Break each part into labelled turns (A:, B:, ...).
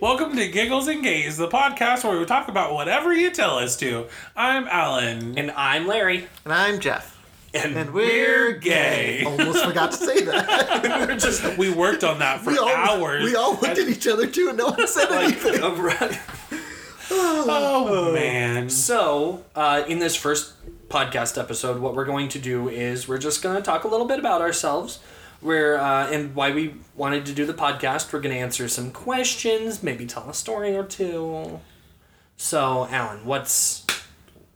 A: Welcome to Giggles and Gays, the podcast where we talk about whatever you tell us to. I'm Alan.
B: And I'm Larry.
C: And I'm Jeff. And
A: We're
C: we're
A: gay.
C: Almost forgot to say that.
B: We're just
A: We worked on that for
C: we all
A: hours.
C: we all looked at each other too, and no one said
B: like
C: anything.
B: a run.
A: oh man.
B: So, uh, in this first podcast episode, what we're going to do is we're just going to talk a little bit about ourselves. We're, uh, and why we wanted to do the podcast. We're going to answer some questions, maybe tell a story or two. So, Alan, what's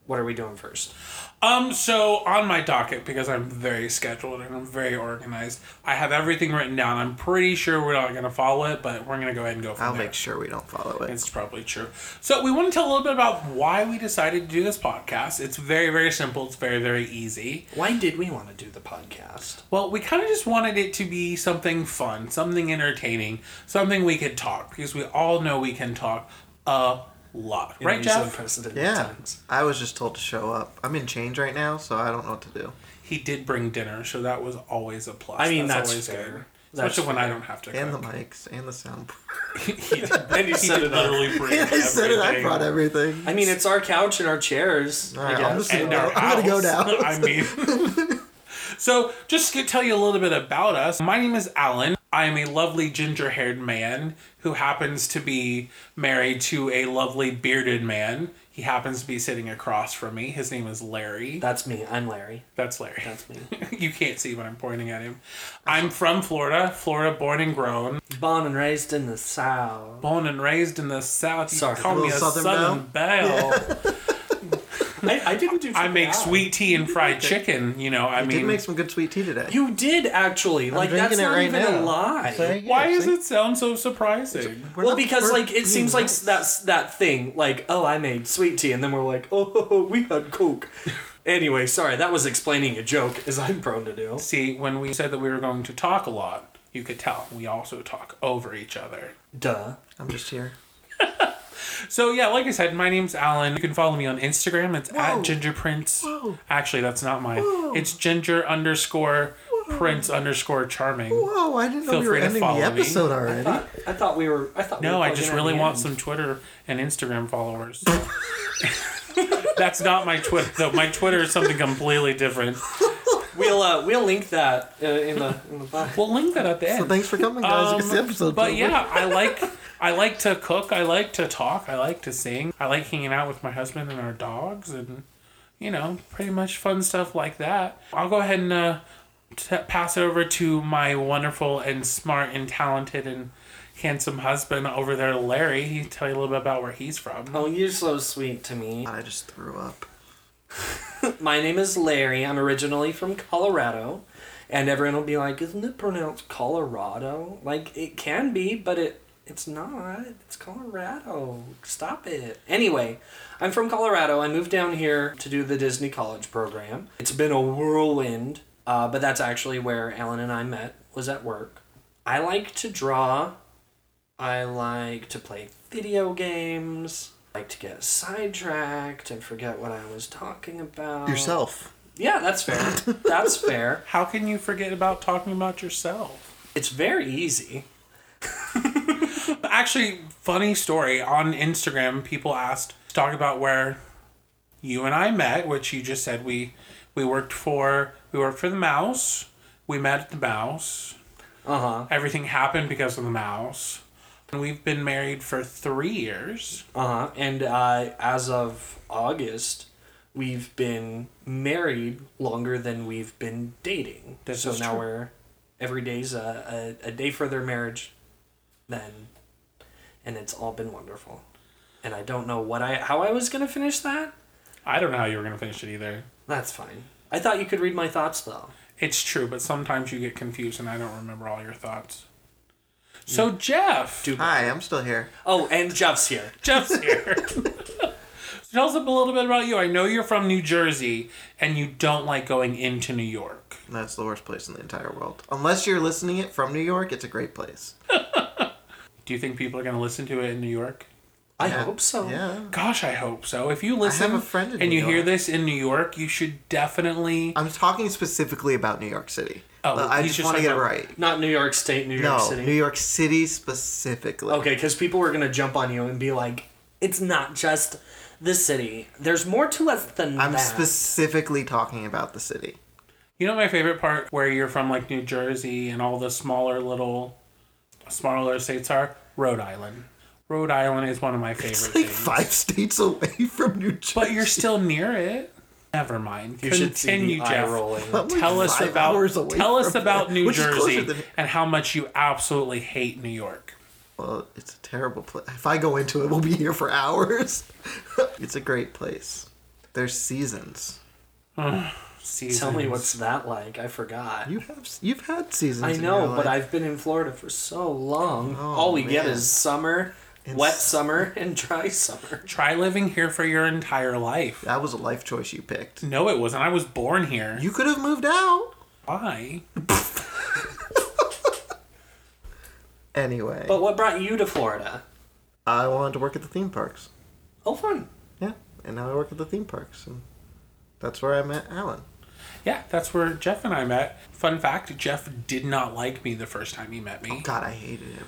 B: what are we doing first?
A: Um, so on my docket, because I'm very scheduled and I'm very organized, I have everything written down. I'm pretty sure we're not gonna follow it, but we're gonna go ahead and go from
C: I'll
A: there.
C: make sure we don't follow it.
A: It's probably true. So we want to tell a little bit about why we decided to do this podcast. It's very, very simple. It's very, very easy.
B: Why did we want to do the podcast?
A: Well, we kind of just wanted it to be something fun, something entertaining, something we could talk because we all know we can talk a lot,
B: in
A: right,
B: these
A: Jeff?
B: Unprecedented
C: Yeah,
B: times.
C: I was just told to show up. I'm in change right now, so I don't know what to do.
A: He did bring dinner, so that was always a plus.
B: I mean, that's
A: always
B: fair.
A: good,
B: That's
A: especially when I
B: fair.
A: don't have to.
C: And the
A: cook.
C: mics, and the sound.
A: he did, and he,
B: set
A: did
B: it up.
A: literally bring
C: I said it. I
A: everything.
C: brought everything.
B: I mean, it's our couch and our chairs.
C: All
B: I
C: right,
B: guess.
C: I'm just
A: and
C: No,
A: our
C: I'm gonna go
A: house.
C: now.
A: I mean, so just to tell you a little bit about us. My name is Alan. I am a lovely ginger-haired man who happens to be married to a lovely bearded man. He happens to be sitting across from me. His name is Larry.
B: That's me. I'm Larry.
A: That's Larry.
B: That's me.
A: you can't see when I'm pointing at him. I'm from Florida. Florida, born and grown,
B: Born and raised in the South.
A: born and raised in the South. You
B: Sorry.
A: call me a
C: Little
A: Southern,
C: Southern
A: belle.
B: I, I didn't do.
A: I make
B: triple R.
A: sweet tea and fried chicken. You know, I
C: I
A: mean,
C: did make some good sweet tea today.
B: You did actually. like
C: drinking
B: that's
C: it
B: not
C: right
B: even a
C: now.
B: lie.
C: So, yeah,
A: Why does
C: see?
A: it sound so surprising?
C: We're
B: well,
C: not-
B: because
C: we're
B: like it
C: being
B: seems like
C: nice.
B: that's that thing. Like, oh, I made sweet tea, and then we're like, oh, we had Coke. anyway, sorry, that was explaining a joke, as I'm prone to do.
A: See, when we said that we were going to talk a lot, you could tell we also talk over each other.
B: Duh.
C: I'm just here.
A: So yeah, like I said, my name's Alan. You can follow me on Instagram. It's at gingerprince.
C: Whoa.
A: Actually, that's not mine. It's ginger underscore prince underscore charming.
C: Whoa! I didn't know
A: Feel
C: we were
A: free to
C: ending the
A: follow me.
C: episode already.
B: I, I thought we were. I thought. we
A: No,
B: were
A: I just
B: plugging at
A: really
B: the
A: want
B: end.
A: some Twitter and Instagram followers. that's not my Twitter though. My Twitter is something completely different.
B: We'll uh, we'll link that uh, in the in the bio.
A: We'll link that at the end.
C: So thanks for coming, guys. it's the
A: Um,
C: episode.
A: But
C: over.
A: yeah, I like I like to cook. I like to talk. I like to sing. I like hanging out with my husband and our dogs, and you know, pretty much fun stuff like that. I'll go ahead and uh, t- pass it over to my wonderful and smart and talented and handsome husband over there, Larry. He tell you a little bit about where he's from.
B: Oh, you're so sweet to me.
C: I just threw up.
B: My name is Larry. I'm originally from Colorado. And everyone will be like, isn't it pronounced Colorado? Like, it can be, but it it's not. It's Colorado. Stop it. Anyway, I'm from Colorado. I moved down here to do the Disney College program. It's been a whirlwind, uh, but that's actually where Alan and I met, was at work. I like to draw. I like to play video games. I like to get sidetracked and forget what I was talking about.
A: Oh.
C: Yourself.
B: Yeah, that's fair. That's fair.
A: How can you forget about talking about yourself?
B: It's very easy.
A: Actually, funny story. On Instagram, people asked to talk about where you and I met, which you just said we we worked for. We worked for the mouse. We met at the mouse.
B: Uh huh.
A: Everything happened because of the mouse. And we've been married for three years.
B: Uh huh. And uh, as of August, we've been married longer than we've been dating.
A: This
B: so
A: is
B: now
A: true.
B: we're every day's a, a, a day for their marriage, then, and it's all been wonderful. And I don't know what I how I was gonna finish that.
A: I don't know how you were gonna finish it either.
B: That's fine. I thought you could read my thoughts though.
A: It's true, but sometimes you get confused, and I don't remember all your thoughts. So Jeff,
B: Dude.
C: Hi, I'm still here.
B: Oh, and Jeff's here.
A: Jeff's here. so tell us a little bit about you. I know you're from New Jersey and you don't like going into New York.
C: That's the worst place in the entire world. Unless you're listening it from New York, it's a great place.
A: Do you think people are going to listen to it in New York?
B: I
C: Yeah.
B: hope
A: Oh.
B: so.
C: Yeah.
A: Gosh, I hope so. If you listen
C: a friend in
A: and
C: New
A: you hear
C: York.
A: this in New York, you should definitely.
C: I'm talking specifically about New York City.
A: Oh,
C: But I
A: he's
C: just
A: just
C: want to
A: talking
C: get it
A: about-
C: right.
B: Not New York State, New York
C: No,
B: City.
C: New York City specifically.
B: Okay, because people were gonna jump on you and be like, "It's not just the city. There's more to us than
C: I'm
B: that."
C: specifically talking about the city.
A: You know my favorite part where you're from, like New Jersey and all the smaller little, smaller states are Rhode Island. Rhode Island is one of my favorite
C: It's like
A: things.
C: five states away from New Jersey.
A: But you're still near it. Never mind.
B: you
A: Continue,
B: should see the eye
A: Jeff.
B: rolling.
C: I'm like
A: Tell us
C: five
A: about
C: hours away
A: tell us
C: from
A: about
C: there,
A: New
C: which is closer
A: Jersey
C: than-
A: and how much you absolutely hate New York.
C: well, it's a terrible place. If I go into it, we'll be here for hours. it's a great place. There's seasons.
A: Seasons.
B: Tell me what's that like? I forgot.
C: You have you've had seasons.
B: I
C: in
B: know,
C: your life.
B: but I've been in Florida for so long.
C: Oh,
B: All we get
C: man.
B: is summer,
C: It's-
B: wet summer, and dry summer.
A: Try living here for your entire life.
C: that was a life choice you picked.
A: No, it wasn't. I was born here.
C: You could have moved out
A: Why?
C: anyway.
B: But what brought you to Florida?
C: I wanted to work at the theme parks.
B: Oh, fun.
C: Yeah, and now I work at the theme parks, and that's where I met Alan.
A: Yeah, that's where Jeff and I met. Fun fact Jeff did not like me the first time he met me.
C: God, I hated him.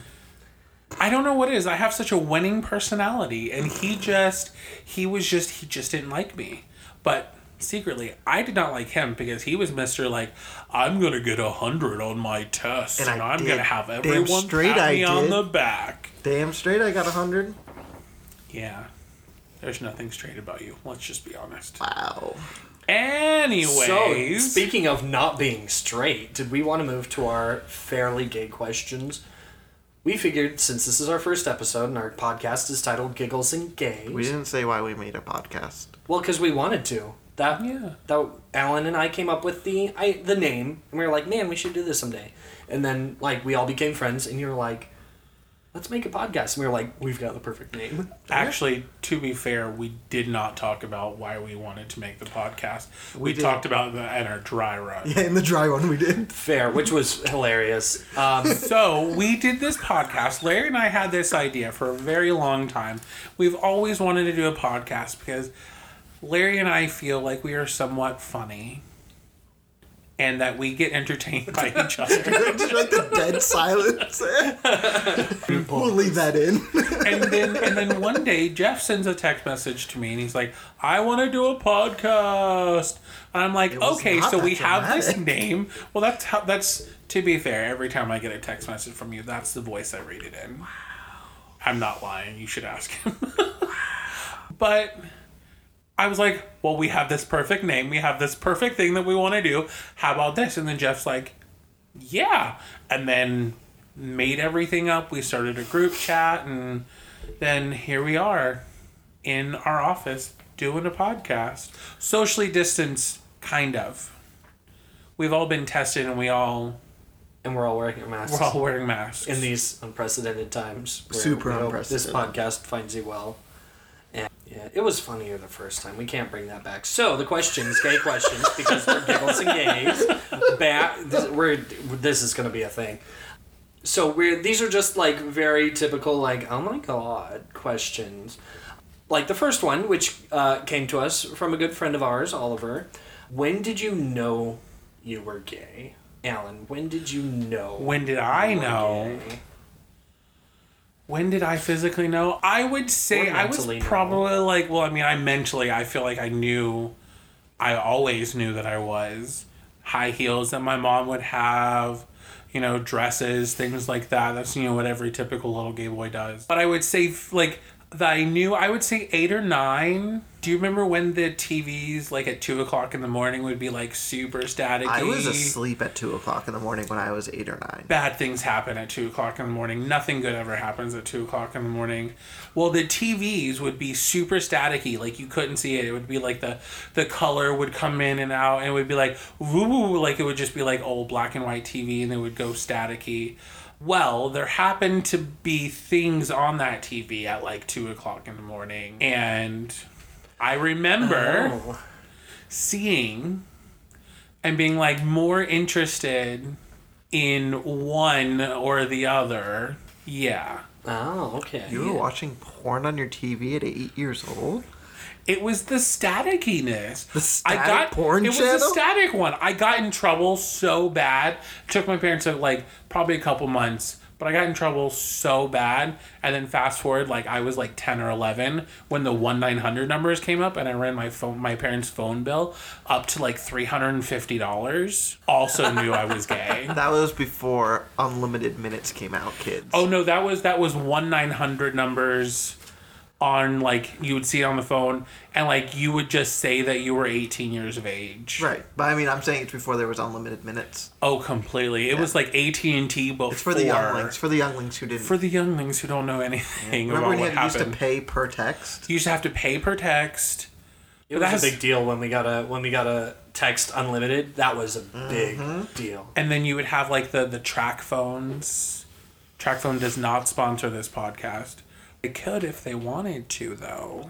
A: I don't know what it is. I have such a winning personality, and he just, he was just, he just didn't like me. But secretly, I did not like him because he was Mister like, I'm gonna get a hundred on my test, and,
C: And I
A: I'm
C: did.
A: gonna have
C: Damn
A: everyone
C: straight
A: pat
C: I
A: me on
C: did.
A: the back.
C: Damn straight, I got a hundred.
A: Yeah, there's nothing straight about you. Let's just be honest.
C: Wow.
B: So,
A: Anyways,
B: speaking of not being straight, did we want to move to our fairly gay questions? We figured since this is our first episode and our podcast is titled Giggles and Gays,
C: We didn't say why we made a podcast.
B: well, because we wanted to. That
A: Yeah.
B: that Alan and I came up with the I the name, and we were like, man, we should do this someday. And then like we all became friends, and you were like, let's make a podcast, and we were like, we've got the perfect name.
A: actually, to be fair, we did not talk about why we wanted to make the podcast. We,
C: did.
A: talked about that at our dry run.
C: Yeah, in the dry one we did.
B: Fair, which was hilarious. Um,
A: So we did this podcast. Larry and I had this idea for a very long time. We've always wanted to do a podcast because Larry and I feel like we are somewhat funny and that we get entertained by each other.
C: Just like the dead silence. we'll leave that in.
A: And then and then one day Jeff sends a text message to me and he's like, "I want to do a podcast." And I'm like,
C: was
A: "Okay,
C: not
A: so
C: that
A: we have this
C: dramatic."
A: name." Well, that's how that's to be fair, every time I get a text message from you, that's the voice I read it in. Wow. I'm not lying. You should ask him. but I was like, well, we have this perfect name. We have this perfect thing that we want to do. How about this? And then Jeff's like, yeah. And then made everything up. We started a group chat. And then here we are in our office doing a podcast. Socially distanced, kind of. We've all been tested and we all,
B: and we're all wearing masks
A: we're all wearing masks.
B: in these unprecedented times. where
C: Super
B: we hope
C: unprecedented.
B: This podcast finds you well. And yeah, it was funnier the first time. We can't bring that back. So the questions, gay questions, because we're giggles and gays. Back, this, we're this is going to be a thing. So we're these are just like very typical, like oh my god questions. Like the first one, which uh, came to us from a good friend of ours, Oliver. When did you know you were gay, Alan? When did you know?
A: when did I know?
B: Okay.
A: When did I physically know? I would say
B: Or
A: I was
B: mentally know.
A: probably like, well, I mean, I mentally, I feel like I knew, I always knew that I was high heels that my mom would have, you know, dresses, things like that. That's, you know, what every typical little gay boy does. But I would say, f- like, that I knew, I would say eight or nine. Do you remember when the TVs, like, at two o'clock in the morning would be, like, super staticky?
C: I was asleep at two o'clock in the morning when I was eight or nine.
A: bad things happen at two o'clock in the morning. Nothing good ever happens at two o'clock in the morning. Well, the TVs would be super staticky, like you couldn't see it. It would be like the the color would come in and out, and it would be like woo, woo, like it would just be like old black and white TV, and it would go staticky. Well, there happened to be things on that TV at like two o'clock in the morning, and I remember
B: Oh.
A: seeing and being like more interested in one or the other. Yeah.
B: Oh, okay.
C: You were watching porn on your TV at eight years old?
A: It was the staticiness.
C: The static porn
A: It was
C: channel?
A: the static one. I got in trouble so bad. Took my parents to like probably a couple months, but I got in trouble so bad. And then fast forward, like I was like ten or eleven when the one nine hundred numbers came up, and I ran my phone, my parents' phone bill up to like three hundred and fifty dollars. Also knew I was gay.
C: That was before Unlimited Minutes came out, kids.
A: Oh no, that was that was one nine hundred numbers on like you would see it on the phone and like you would just say that you were 18 years of age
C: Right. But I mean, I'm saying it's before there was Unlimited Minutes.
A: oh completely it was like at&t before
C: It's for the younglings. For the younglings who didn't.
A: for the younglings who don't know anything
C: Remember
A: about
C: when you
A: what
C: had- you used
A: happened
C: to pay per text?
A: you used to have to pay per text
B: It was
A: That's-
B: a big deal when we got a when we got a text unlimited. That was a big deal.
A: and then you would have like the the track phones track phone does not sponsor this podcast they could if they wanted to though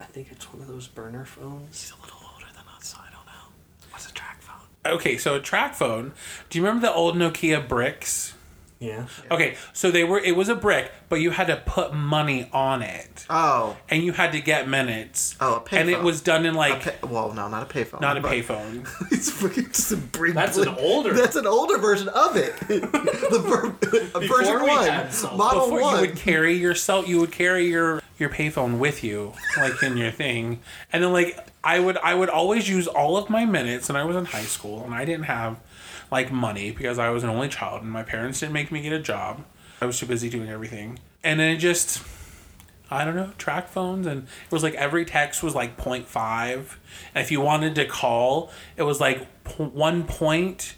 B: I think it's one of those burner phones.
C: a little older than us, so I don't know. What's a track phone?
A: okay so a track phone do you remember the old nokia bricks
B: Yeah.
A: Okay, so they were. It was a brick, but you had to put money on it,
C: Oh.
A: and you had to get minutes.
C: Oh, a payphone.
A: and it was done in
C: A
A: like
C: pay- well, no, not a payphone.
A: not a
C: but-
A: payphone.
C: It's fucking just a brick.
B: That's an older-
C: That's an older version of it. the ver- a
B: Before
C: version
B: we
C: one,
B: had cell-
C: model
A: Before
C: one.
A: you would carry yourself, you would carry your your payphone with you, like in your thing, and then like I would I would always use all of my minutes, and I was in high school, and I didn't have like money because I was an only child, and my parents didn't make me get a job. I was too busy doing everything, and then it just. I don't know, track phones, and it was like every text was like 0.5. And if you wanted to call, it was like p- one point,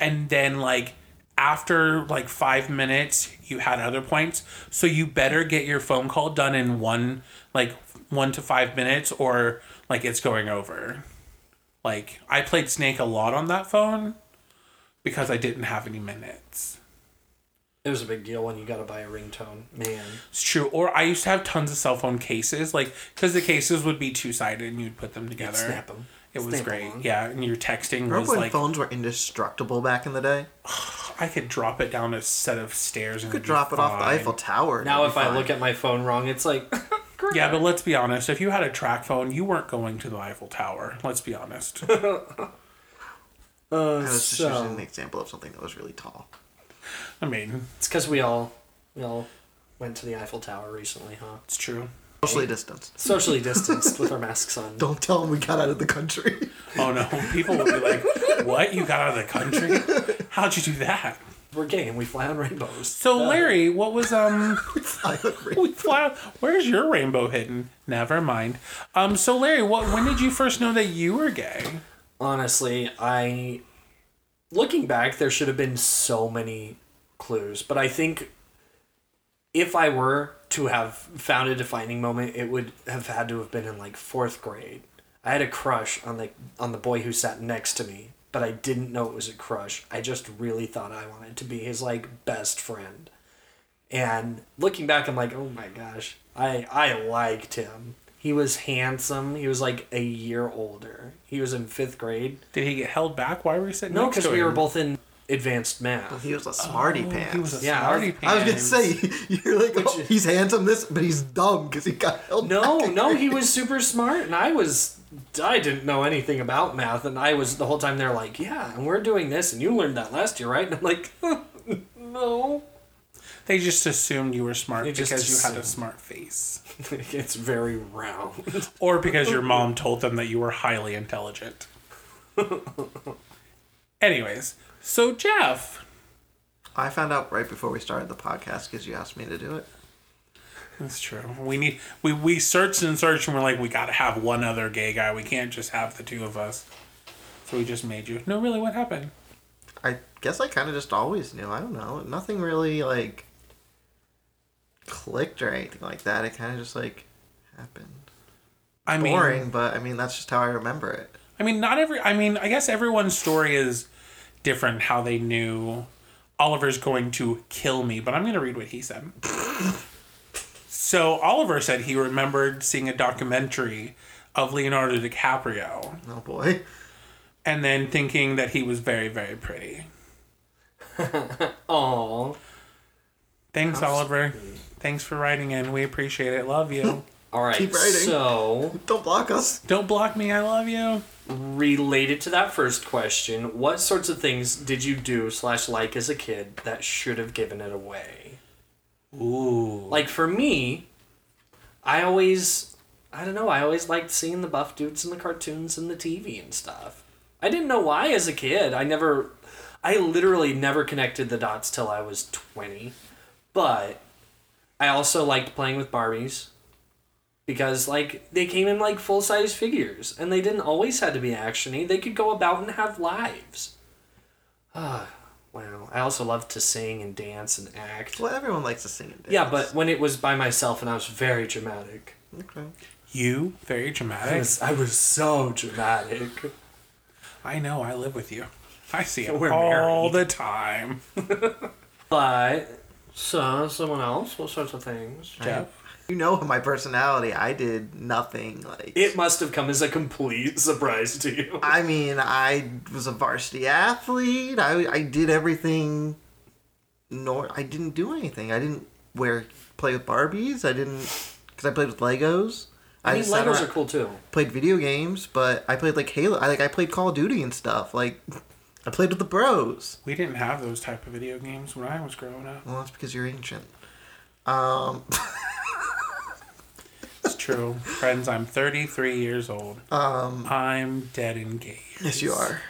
A: and then like after like five minutes, you had other points. So you better get your phone call done in one, like one to five minutes, or like it's going over. Like I played Snake a lot on that phone because I didn't have any minutes.
B: It was a big deal when you got to buy a ringtone. Man.
A: It's true. Or I used to have tons of cell phone cases, like because the cases would be two sided and you'd put them together.
B: Snap 'em.
A: It was
B: Snap 'em
A: great.
B: on.
A: Yeah, and your texting was
C: Remember when
A: like
C: phones were indestructible back in the day?
A: I could drop it down a set of stairs. and
C: You could drop it off the Eiffel Tower. and
B: Now
C: it'd
B: if
C: be
B: I
C: fine.
B: look at my phone wrong, it's like
A: Yeah, but let's be honest. If you had a track phone, you weren't going to the Eiffel Tower. Let's be honest.
C: I was just
B: Oh, so-
C: using an example of something that was really tall.
A: I mean,
B: it's cuz we all we all went to the Eiffel Tower recently, huh?
A: it's true.
C: Socially distanced.
B: Socially distanced with our masks on.
C: Don't tell them we got out of the country.
A: Oh no, people would be like, "What? You got out of the country? How'd you do that?"
B: We're gay and we fly on rainbows.
A: So Larry, what was um?
C: I agree.
A: We fly. Where's your rainbow hidden? Never mind. Um. So Larry, what? When did you first know that you were gay?
B: honestly, I looking back, there should have been so many clues, but I think if I were to have found a defining moment, it would have had to have been in like fourth grade. I had a crush on the on the boy who sat next to me, but I didn't know it was a crush. I just really thought I wanted to be his like best friend. And looking back, I'm like, oh my gosh, I I liked him. He was handsome. He was like a year older. He was in fifth grade.
A: Did he get held back? Why were we sitting?
B: No,
A: next
B: because
A: to
B: we
A: him? Oh,
B: were both in advanced math.
C: Oh, He was a smarty pants.
A: He was a
B: Yeah, I
A: smarty
B: Oh, was-
A: pants.
C: I was gonna say you're like oh,
B: is-
C: he's handsome this, but he's dumb because he got held.
B: No,
C: back.
B: no, he was super smart, and I was I didn't know anything about math, and I was the whole time they're like, yeah, and we're doing this, and you learned that last year, right? And I'm like, no,
A: they just assumed you were smart
B: They
A: because
B: just
A: you had a
B: assumed.
A: smart face,
B: it's very round.
A: or because your mom told them that you were highly intelligent. Anyways, so Jeff,
C: I found out right before we started the podcast because you asked me to do it.
A: that's true. We need we we searched and searched and we're like we gotta have one other gay guy. We can't just have the two of us. So we just made you. No, really, what happened?
C: I guess I kind of just always knew. I don't know. Nothing really like clicked or anything like that. It kind of just like happened.
A: I mean,
C: Boring, but I mean that's just how I remember it.
A: I mean, not every. I mean, I guess everyone's story is different. How they knew Oliver's going to kill me, but I'm going to read what he said. so Oliver said he remembered seeing a documentary of Leonardo DiCaprio
C: Oh boy.
A: and then thinking that he was very, very pretty.
B: Oh,
A: Thanks, Oliver. Thanks for writing in. We appreciate it. Love you.
B: All right.
C: Keep writing.
B: So,
C: Don't block us.
A: Don't block me. I love you.
B: related to that first question, what sorts of things did you do slash like as a kid that should have given it away?
A: Ooh.
B: Like for me, I always, I don't know, I always liked seeing the buff dudes in the cartoons and the TV and stuff. I didn't know why as a kid. I never, I literally never connected the dots till I was 20. But I also liked playing with Barbies because like they came in like full size figures and they didn't always have to be actiony. They could go about and have lives. Ah, wow. I also loved to sing and dance and act.
C: Well, everyone likes to sing and dance.
B: Yeah, but when it was by myself and I was very dramatic.
C: Okay.
A: You. Very
B: I
A: dramatic.
B: was, I was so dramatic.
A: I know. I live with you. I see it
B: We're
A: all the time.
B: But, so, someone else? What sorts of things? Jeff?
C: You know my personality. I did nothing. Like
B: It must have come as a complete surprise to you.
C: I mean, I was a varsity athlete. I I did everything. Nor I didn't do anything. I didn't wear play with Barbies. I didn't because I played with Legos.
B: I mean,
C: just sat
B: Legos
C: around-
B: are cool too.
C: Played video games, but I played like Halo. I like I played Call of Duty and stuff. Like I played with the bros.
A: We didn't have those type of video games when I was growing up.
C: Well, that's because you're ancient. Um,
A: It's true. Friends, I'm 33 years old.
C: um,
A: I'm dead and gay.
C: yes, you are.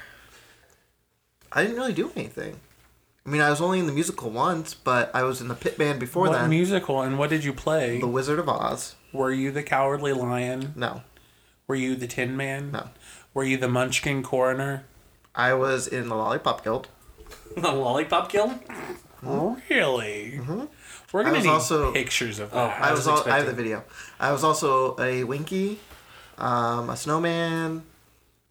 C: I didn't really do anything. I mean, I was only in the musical once, but I was in the pit band before
A: What
C: that.
A: musical and what did you play?
C: the Wizard of Oz.
A: Were you the Cowardly Lion?
C: No,
A: Were you the Tin Man?
C: no.
A: Were you the Munchkin Coroner?
C: I was in the Lollipop Guild.
B: The Lollipop Guild?
A: Really? We're
C: Mm-hmm. I
A: gonna
C: was
A: need
C: also-
A: pictures of
B: Oh,
A: that.
C: I,
B: I was
C: was. All, I have the
B: expecting-
C: video. I was also a Winky, um, a snowman.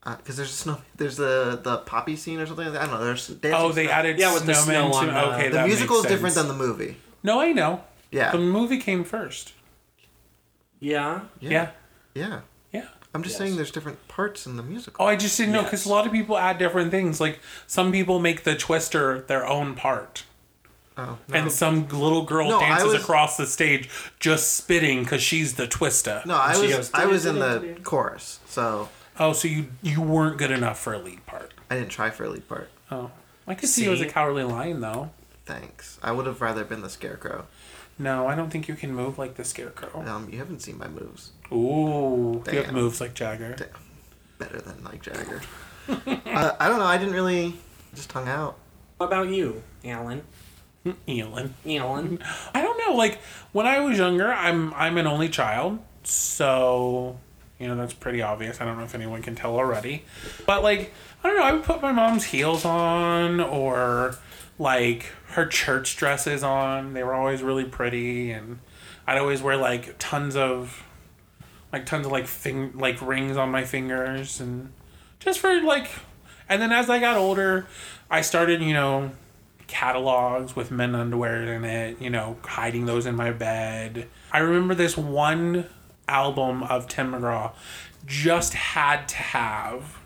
C: Because there's a snow, there's the the poppy scene or something. Like that. I don't know. There's dancing
A: oh, they
C: snow-
A: added
B: Yeah, with the
A: snowman
B: snow
A: to.
B: on, uh,
A: okay,
B: The
C: the
A: that
C: musical is
A: makes
C: different than
A: sense.
C: the movie.
A: No, I know.
C: Yeah,
A: The movie came first.
B: Yeah.
A: Yeah.
C: Yeah.
A: Yeah.
C: yeah. I'm just
B: Yes.
C: saying there's different parts in the musical.
A: Oh, I just didn't know because
B: Yes.
A: a lot of people add different things. Like some people make the Twister their own part.
C: Oh,
A: And some little girl
C: No, I
A: dances
C: was-
A: across the stage just spitting because she's the Twista.
C: No, I
B: she
C: was
B: goes,
C: I was in the
B: "Do-do-do-do-do."
C: chorus, so
A: Oh, so you you weren't good enough for a lead part.
C: I didn't try for a lead part.
A: Oh, I could see, you as a
B: See?
A: cowardly lion though.
C: Thanks. I would have rather been the scarecrow.
A: No, I don't think you can move like the scarecrow.
C: Um, you haven't seen my moves.
A: Ooh, you have
C: Damn.
A: moves like Jagger.
C: Da- Better than Mike Jagger. uh, I don't know. I didn't really just hung out.
B: What about you, Alan?
A: Elin.
B: Alan?
A: I don't know. Like when I was younger, I'm I'm an only child, so you know that's pretty obvious. I don't know if anyone can tell already, but like I don't know. I would put my mom's heels on or like her church dresses on. They were always really pretty, and I'd always wear like tons of like tons of like thing like rings on my fingers and just for like. And then as I got older, I started you know catalogs with men underwear in it, you know, hiding those in my bed. I remember this one album of Tim McGraw just had to have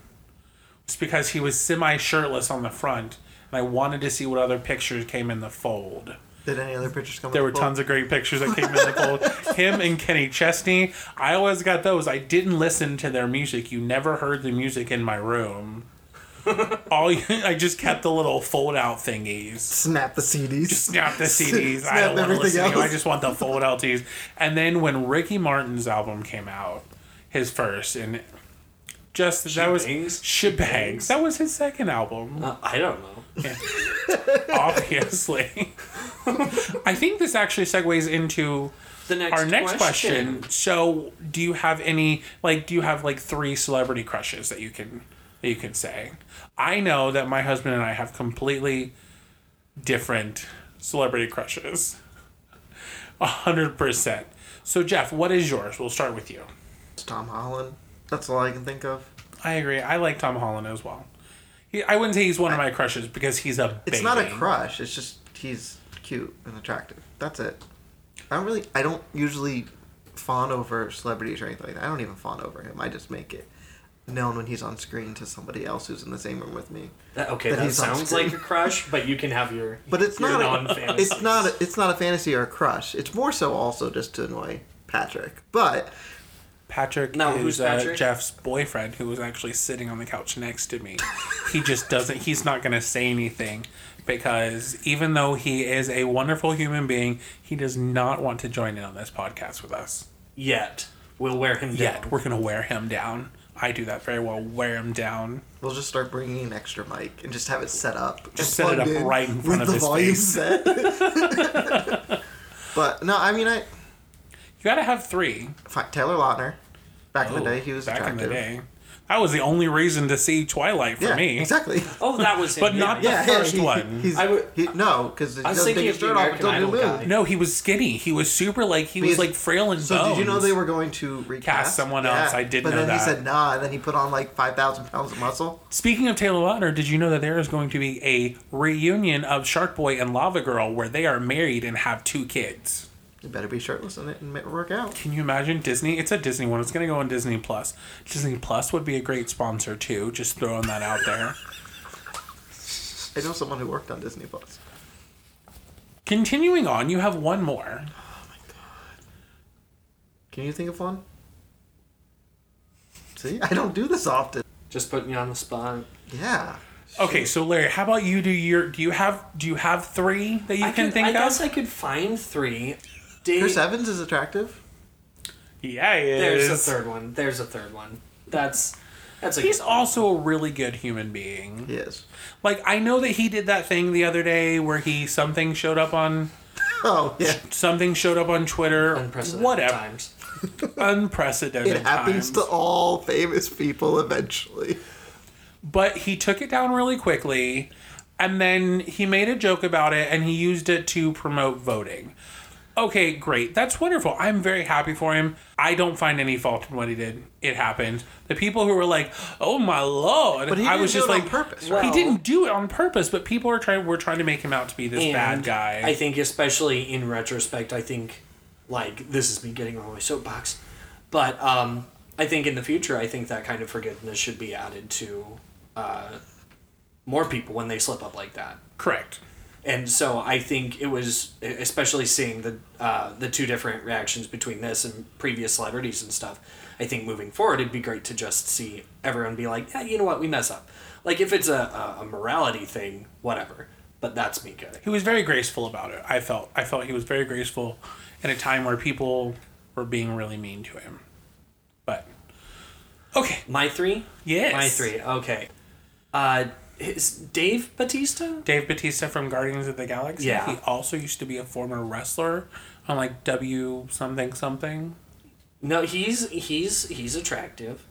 A: just because he was semi shirtless on the front and I wanted to see what other pictures came in the fold.
C: Did any other pictures come?
A: There were tons of great pictures that came in the fold. Him and Kenny Chesney. I always got those. I didn't listen to their music. You never heard the music in my room. All you, I just kept the little fold out thingies
C: Snap the CDs.
A: snap the CDs. I
C: Snap
A: don't want to
C: everything
A: listen to you. I
C: else.
A: just want the full LTs. And then when Ricky Martin's album came out, his first, and just that was
B: Shebangs?
A: Shebangs. That was his second album,
B: Uh, I don't know.
A: obviously. I think this actually segues into
B: The next
A: our next question. So, do you have any like? Do you have like three celebrity crushes that you can that you can say? I know that my husband and I have completely different celebrity crushes. A hundred percent. So, Jeff, what is yours? We'll start with you.
C: Tom Holland. That's all I can think of.
A: I agree. I like Tom Holland as well. He, I wouldn't say he's one of my crushes because he's a.
C: It's not a
A: baby.
C: crush. It's just he's cute and attractive. That's it. I don't really. I don't usually fawn over celebrities or anything like that. I don't even fawn over him. I just make it. known when he's on screen to somebody else who's in the same room with me.
B: That, okay,
C: But
B: that
C: he's on
B: sounds
C: screen.
B: like a crush, but you can have your.
C: But it's
B: your
C: not. A,
B: non-fantasies.
C: it's not. A, it's not a fantasy or a crush. It's more so also just to annoy Patrick. But
A: Patrick
B: Now,
A: is
B: who's
A: Uh,
B: Patrick?
A: Jeff's boyfriend who was actually sitting on the couch next to me. he just doesn't, he's not going to say anything because even though he is a wonderful human being, he does not want to join in on this podcast with us.
B: yet. We'll wear him down.
A: Yet, we're going to wear him down. I do that very well, wear him down.
C: we'll just start bringing an extra mic and just have it set up. and
A: Just set it
C: plugged
A: up right in front
C: with
A: of
C: the
A: his
C: volume
A: face.
C: set. but no, I mean, I
A: You got to have three.
C: fi- Taylor Lautner. Back in the day, he was
A: Oh, back
C: attractive.
A: in the day. That was the only reason to see Twilight for
C: Yeah,
A: me.
C: exactly.
B: Oh, that was him.
A: But
B: yeah,
A: not the
B: yeah.
C: Yeah,
A: first
C: he-
A: one.
C: He's,
B: I would-
C: he, no, because he
B: was
C: doesn't
B: thinking
C: take his
B: of the
C: shirt off
B: American
C: until New
B: Idol
C: Moon.
B: guy.
A: No, he was skinny. He was super like he was
C: Because-
A: like frail and
C: So did you know
A: bones.
C: they were going to recast
A: someone else. I did
C: but
A: know
C: then
A: that.
C: he said nah, and then he put on like five thousand pounds of muscle.
A: Speaking of Taylor Lautner, did you know that there is going to be a reunion of Shark Boy and Lava Girl where they are married and have two kids?
C: You better be shirtless in it and make it work out.
A: Can you imagine Disney? It's a Disney one. It's going to go on Disney Plus. Disney Plus would be a great sponsor too. Just throwing that out there.
C: I know someone who worked on Disney Plus.
A: Continuing on, you have one more.
C: Can you think of one? See, I don't do this often.
B: Just putting you on the spot.
C: Yeah.
A: Okay, so Larry, how about you do your do you have do you have 3 that you
B: I
A: can
B: could-
A: think
B: I
A: of?
B: guess I could find three. Dave,
C: Chris Evans is attractive.
A: yeah, he
B: there's a
A: is.
B: third one. There's a third one. That's that's a.
A: He's
B: all.
A: also a really good human being.
C: He is.
A: Like I know that he did that thing the other day where he something showed up on
C: Oh yeah.
A: something showed up on Twitter,
B: unprecedented
A: whatever,
B: times.
A: unprecedented
C: It happens
A: times.
C: to all famous people eventually.
A: but he took it down really quickly, and then he made a joke about it, and he used it to promote voting. Okay, great. That's wonderful. I'm very happy for him. I don't find any fault in what he did. It happened. The people who were like, "Oh my lord,"
C: But he
A: I
C: didn't
A: was
C: do
A: just
C: it on
A: like,
C: purpose,
B: right?
A: He didn't do it on purpose, but people are trying. We're trying to make him out to be this bad
B: And
A: guy.
B: I think, especially in retrospect, I think, like, this is me getting on my soapbox. But um, I think in the future, I think that kind of forgiveness should be added to uh, more people when they slip up like that.
A: Correct.
B: And so I think it was, e, especially seeing the uh, the two different reactions between this and previous celebrities and stuff. I think moving forward, it'd be great to just see everyone be like, yeah, you know what, we mess up. Like if it's a, a, a morality thing, whatever. But that's me good.
A: he was very graceful about it. I felt I felt he was very graceful in a time where people were being really mean to him. But okay,
B: My three?
A: Yes.
B: My three, okay. Uh, is Dave Batista?
A: Dave Batista from Guardians of the Galaxy.
B: Yeah.
A: He also used to be a former wrestler on like W something something.
B: No, he's he's he's attractive.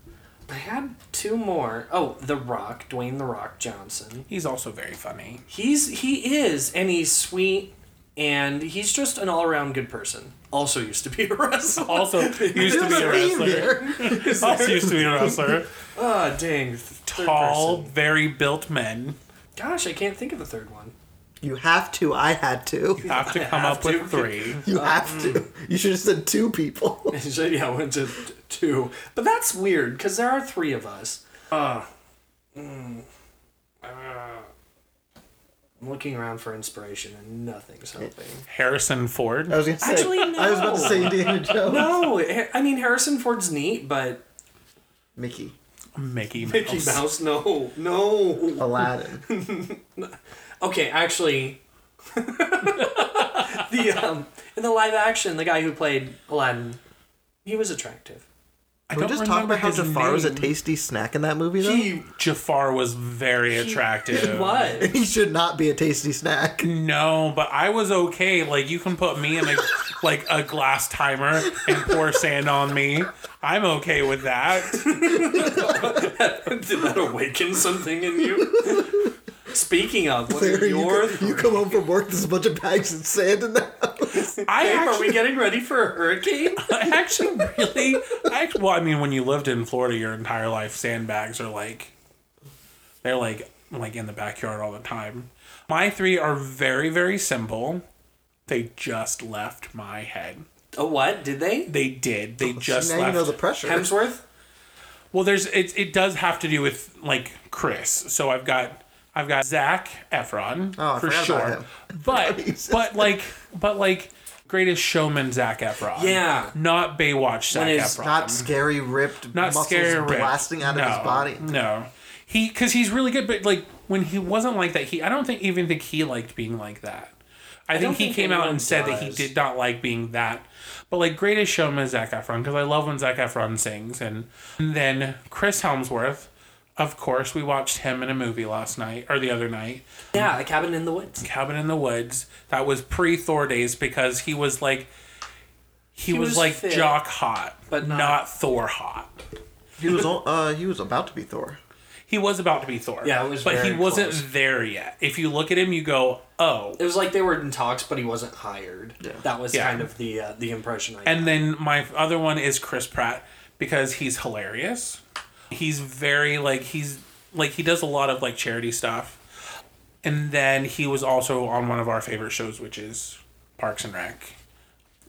B: I had two more. Oh, The Rock, Dwayne The Rock Johnson.
A: He's also very funny.
B: He's he is, and he's sweet, and he's just an all around good person. Also used to be a wrestler.
A: Also used to be
C: There's
A: a
C: a theme
A: wrestler.
C: here.
A: Also used to be a wrestler.
B: Oh dang, third
A: Tall,
B: person.
A: very built men
B: Gosh, I can't think of a third one.
C: You have to. I had to.
A: have to
B: I
A: come
B: have
A: up
B: to.
A: with three.
C: You have to. You should have said two people.
B: so yeah, I went to t- two. But that's weird because there are three of us. Uh, mm, uh, I'm looking around for inspiration and nothing's helping.
A: Harrison Ford.
C: I was gonna say.
B: Actually,
C: I was about to
B: no.
C: say Indiana Jones.
B: No, Ha- Oh, I mean Harrison Ford's neat, but
C: Mickey,
A: Mickey Mouse.
B: Mickey Mouse, no, no.
C: Aladdin.
B: Okay, actually, the um, in the live action, the guy who played Aladdin, he was attractive.
A: I
C: Can we
A: don't
C: just talk
A: remember
C: about how
A: his
C: Jafar was a
A: name.
C: tasty snack in that movie, though?
B: He,
A: Jafar was very attractive.
B: he was.
C: He should not be a tasty snack.
A: No, but I was okay. Like you can put me in a like a glass timer and pour sand on me. I'm okay with that.
B: Did that awaken something in you? Speaking of, what are
C: Larry, you,
B: your
C: co- you come home from work, there's a bunch of bags of sand in the house.
A: I
B: Babe, are
A: actually,
B: we getting ready for a hurricane?
A: I actually really, I act- well, I mean, when you lived in Florida your entire life, sandbags are like, they're like like in the backyard all the time. My three are very very simple. They just left my head.
B: Oh, what? Did they? Oh,
A: They did. They just
C: now you
A: left.
C: know the pressure.
B: Hemsworth?
A: Well, there's it. It does have to do with like Chris. So I've got I've got Zach Efron
C: Oh, I
A: for
C: forgot about
A: sure,
C: him.
A: but but like but like Greatest Showman Zach Efron.
B: Yeah.
A: not Baywatch Zach
B: it's
A: Efron.
C: Not scary ripped Mm-hmm.
A: not
C: muscles
A: scary ripped.
C: blasting out of his
A: No,
C: body.
A: No, he because he's really good, but like when he wasn't like that, he I don't think even think he liked being like that. I, think
B: don't
A: he
B: think
A: came out
B: anyone
A: and said that he
B: does.
A: did not like being that. But like Greatest Showman is Zac Efron because I love when Zac Efron sings, and then Chris Helmsworth. Of course, we watched him in a movie last night or the other night.
B: Yeah, a cabin in the woods.
A: Cabin in the Woods. That was pre Thor days because he was like he, was,
B: was
A: like
B: fit,
A: jock hot,
B: but not-
A: not Thor hot.
C: He was al- uh he was about to be Thor.
A: He was about to be Thor.
B: Yeah, it was
A: but he
B: very
A: wasn't
B: close.
A: there yet. If you look at him, you go, oh.
B: It was like they were in talks, but he wasn't hired.
C: Yeah.
B: That was
A: Yeah.
B: kind of the uh, the impression I got.
A: And then my other one is Chris Pratt because he's hilarious. He's very like he's like he does a lot of like charity stuff. And then he was also on one of our favorite shows, which is Parks and Rec.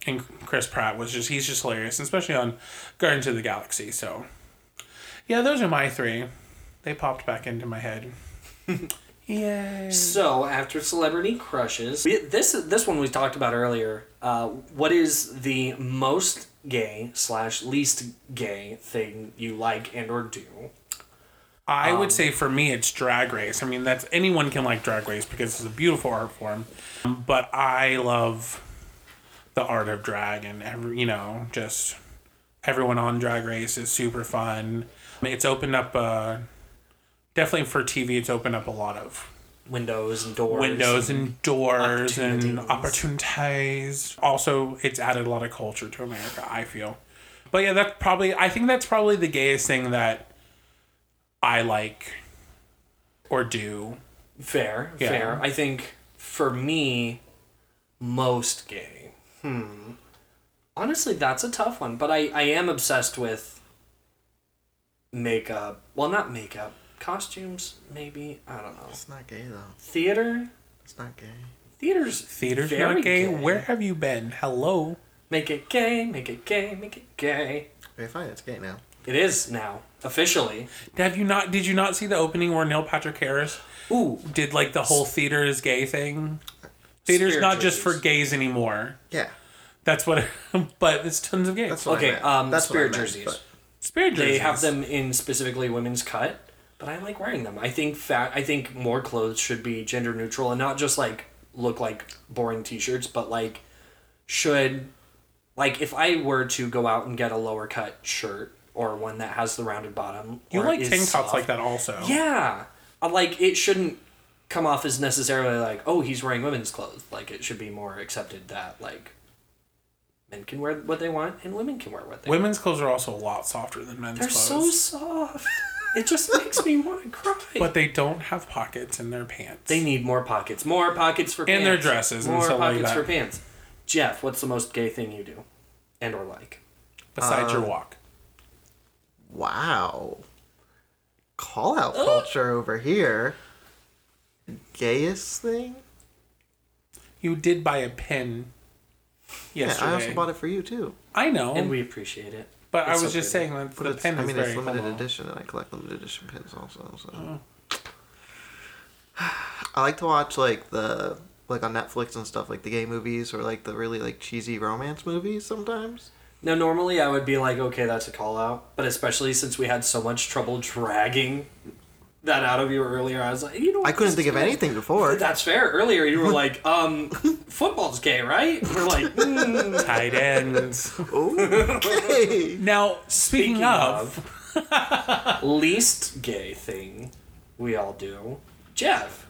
A: And Chris Pratt was just he's just hilarious, especially on Guardians of the Galaxy. So, yeah, those are my three. They popped back into my head. Yay!
B: So after celebrity crushes, we, this this one we talked about earlier. Uh, what is the most gay slash least gay thing you like and or do?
A: I would say for me, it's drag race. I mean, that's anyone can like drag race because it's a beautiful art form. But I love the art of drag and every, you know, just everyone on drag race is super fun. I mean, it's opened up, uh, definitely for TV, it's opened up a lot of
B: Windows and doors.
A: windows and doors and
B: Opportunities.
A: opportunities. Also, it's added a lot of culture to America, I feel. But yeah, that's probably, I think that's probably the gayest thing that I like or do.
B: Fair,
A: Yeah.
B: fair. I think for me, most gay. Hmm. Honestly, that's a tough one, but I, I am obsessed with makeup. Well, not makeup. Costumes, maybe. I don't know.
C: It's not gay though.
B: Theater?
C: It's not gay.
B: Theater's
A: Theater's
B: very
A: not gay. Where have you been? Hello.
B: Make it gay, make it gay, make it gay.
C: Okay, fine, it's gay now.
B: It is now, officially.
A: Have you not? Did you not see the opening where Neil Patrick Harris
B: Ooh,
A: did like the whole theater is gay thing? Theater's not just for
B: Spirituals.
A: gays anymore.
C: Yeah.
A: That's what. But it's tons of gays.
C: That's what I
B: Okay,
C: meant.
B: um,
C: That's what I
B: spirit
C: meant,
B: jerseys.
C: but-
A: Spirit
B: they
A: jerseys.
B: have them in specifically women's cut, but I like wearing them. I think fat. I think more clothes should be gender neutral and not just like look like boring t-shirts, but like should like if I were to go out and get a lower cut shirt or one that has the rounded bottom.
A: You
B: or
A: like
B: is
A: tank tops
B: soft,
A: like that also.
B: Yeah, I like it shouldn't come off as necessarily like oh he's wearing women's clothes. Like it should be more accepted that like men can wear what they want and women can wear what they want.
A: Women's clothes are also a lot softer than men's
B: They're
A: clothes.
B: so soft. It just makes me want to cry.
A: but they don't have pockets in their pants.
B: they need more pockets. More pockets for pants.
A: And their dresses and
B: More
A: stuff like
B: pockets
A: that.
B: for pants. Jeff, what's the most gay thing you do, and or like?
A: besides
B: Uh.
A: your walk.
C: Wow. Call out culture over here. Gayest thing?
A: You did buy a pin
C: Yeah,
A: yesterday.
C: I also bought it for you too.
A: I know,
B: And we appreciate it.
A: but I
B: it's
A: was
B: so
A: just
B: good.
A: saying that
C: But
A: the
C: it's,
A: pin
C: I
A: is
C: mean,
A: very
C: it's limited
A: cool.
C: edition, and I collect limited edition pins also. So I like to watch like the like on Netflix and stuff, like the gay movies or like the really like cheesy romance movies sometimes.
B: Now, normally I would be like, okay, that's a call out, but especially since we had so much trouble dragging that out of you earlier, I was like, you know,
C: I
B: what,
C: couldn't
B: this
C: think of
B: is gay.
C: anything before.
B: That's fair. Earlier you were like, um, football's gay, right? And we're like, mm.
A: Tight ends.
C: Okay.
A: now, speaking,
B: Speaking
A: of,
B: of least gay thing we all do, Jeff.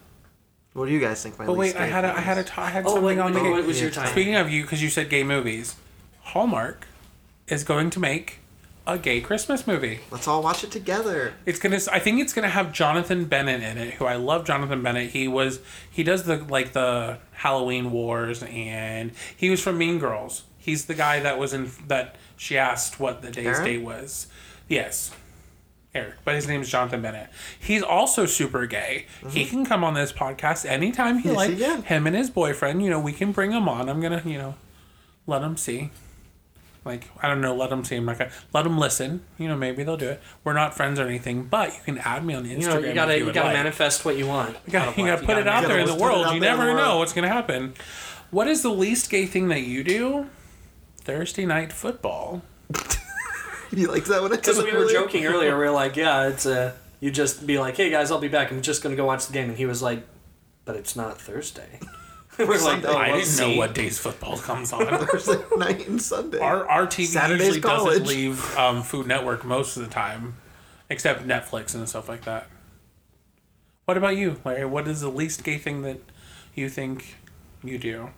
C: what do you guys think? My
A: but oh, wait,
C: least
A: I
C: gay
A: had a, I
C: thing
A: had a
C: is?
A: t- I had
B: Oh,
A: something
B: wait,
A: on the
B: wait,
A: game.
B: what was your time?
A: Speaking of you, because you said gay movies, Hallmark is going to make a gay Christmas movie.
C: Let's all watch it together.
A: It's gonna. I think it's gonna have Jonathan Bennett in it, who I love. Jonathan Bennett. He was. He does the like the Halloween Wars, and he was from Mean Girls. He's the guy that was in that she asked what the day's
C: Aaron?
A: date was. Yes, Eric, but his name is Jonathan Bennett. He's also super gay. He can come on this podcast anytime he
C: Mm-hmm. Yes,
A: like.
C: he can.
A: Him and his boyfriend. You know, we can bring him on. I'm gonna. You know, let him see. Like I don't know, let them see. I'm not gonna let them listen. You know, maybe they'll do it. We're not friends or anything, but you can add me on Instagram.
B: You know, you gotta
A: if
B: you,
A: would
B: gotta
A: like.
B: manifest what you want.
A: You gotta, you gotta put it out
C: gotta
A: there in the
C: let's put it
A: world.
C: out
A: You
C: there in the
A: never know
C: world.
A: what's gonna happen. What is the least gay thing that you do? Thursday night football.
C: You like that one?
B: Because we were joking earlier, we were like, yeah, it's a. You just be like, hey guys, I'll be back. I'm just gonna go watch the game, and he was like, but it's not Thursday. we're like,
C: Sunday.
B: oh,
A: I
B: well,
A: didn't know
B: see.
A: what days football comes on.
C: Thursday night and Sunday.
A: our our TV
C: Saturday's
A: usually doesn't
C: college.
A: leave um, Food Network most of the time, except Netflix and stuff like that. What about you, Larry? What is the least gay thing that you think you do?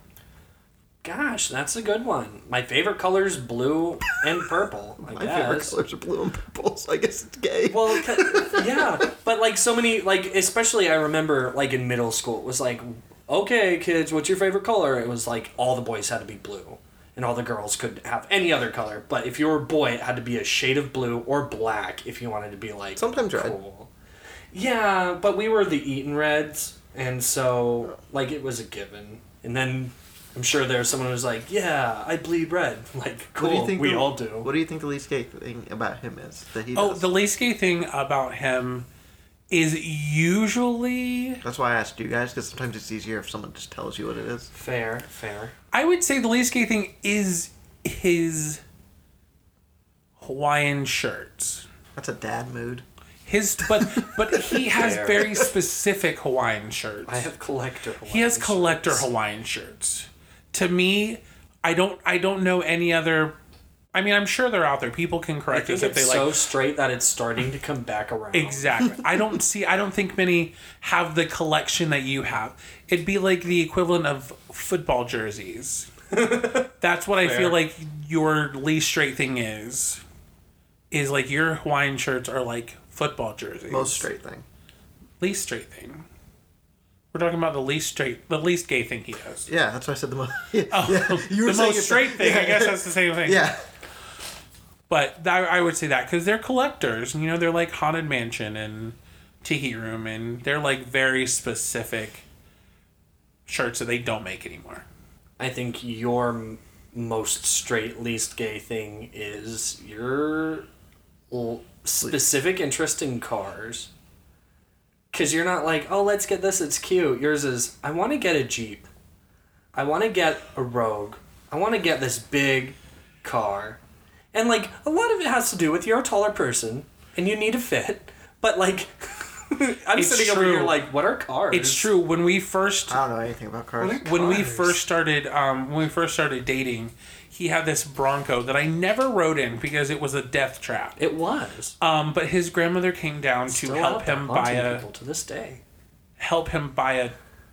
B: Gosh, that's a good one. My favorite color is blue and purple. I
C: My
B: guess.
C: favorite colors are blue and purple, so I guess it's gay.
B: Well, ca- yeah, but like so many, like especially I remember like in middle school, it was like, okay, kids, what's your favorite color? It was like all the boys had to be blue, and all the girls could have any other color. But if you were a boy, it had to be a shade of blue or black if you wanted to be like
C: Sometimes red.
B: cool. Yeah, but we were the Eaton Reds, and so like it was a given. And then I'm sure there's someone who's like, yeah, I bleed red. Like
C: What do you
B: cool,
C: think
B: we
C: the-
B: all do.
C: What do you think the least gay thing about him is that he
A: Oh,
C: does?
A: the least gay thing about him is usually
C: That's why I asked you guys because sometimes it's easier if someone just tells you what it is.
B: fair, fair.
A: I would say the least gay thing is his Hawaiian shirts.
C: That's a dad mood.
A: His but but he has
B: Fair.
A: very specific Hawaiian shirts.
B: I have collector.
A: He has
B: Hawaiians.
A: collector Hawaiian shirts. To me, I don't I don't know any other I mean, I'm sure they're out there. People can
B: I
A: correct
B: think
A: us
B: it's
A: if they like
B: so straight that it's starting to come back around.
A: Exactly. I don't see. I don't think many have the collection that you have. It'd be like the equivalent of football jerseys. That's what I
B: Fair.
A: feel like your least straight thing is. Is like your Hawaiian shirts are like football jerseys.
C: Most straight thing.
A: Least straight thing. We're talking about the least straight, the least gay thing he does.
C: Yeah, that's why I said the most. Yeah,
A: Oh, the
C: saying
A: most
C: it's-
A: straight thing. I
C: yeah,
A: guess that's the same thing.
C: Yeah.
A: But that, I would say that because they're collectors. You know, they're like Haunted Mansion and Tiki Room, and they're like very specific shirts that they don't make anymore.
B: I think your m- most straight, least gay thing is your l- specific interest in cars. Because you're not like, oh, let's get this, it's cute. Yours is, I want to get a Jeep. I want to get a Rogue. I want to get this big car. And, like, a lot of it has to do with you're a taller person and you need a fit. But, like, I'm
A: It's
B: sitting over here
A: true.
B: like, what are cars?
A: It's true. When we first
C: I don't know anything about cars.
A: when we
B: Ah, cars.
A: first started um, when we first started dating, he had this Bronco that I never rode in because it was a death trap.
B: It was.
A: Um, but his grandmother came down to
B: Still
A: help
B: out there
A: him buy
B: haunting
A: a
B: people to this day.
A: help him buy a,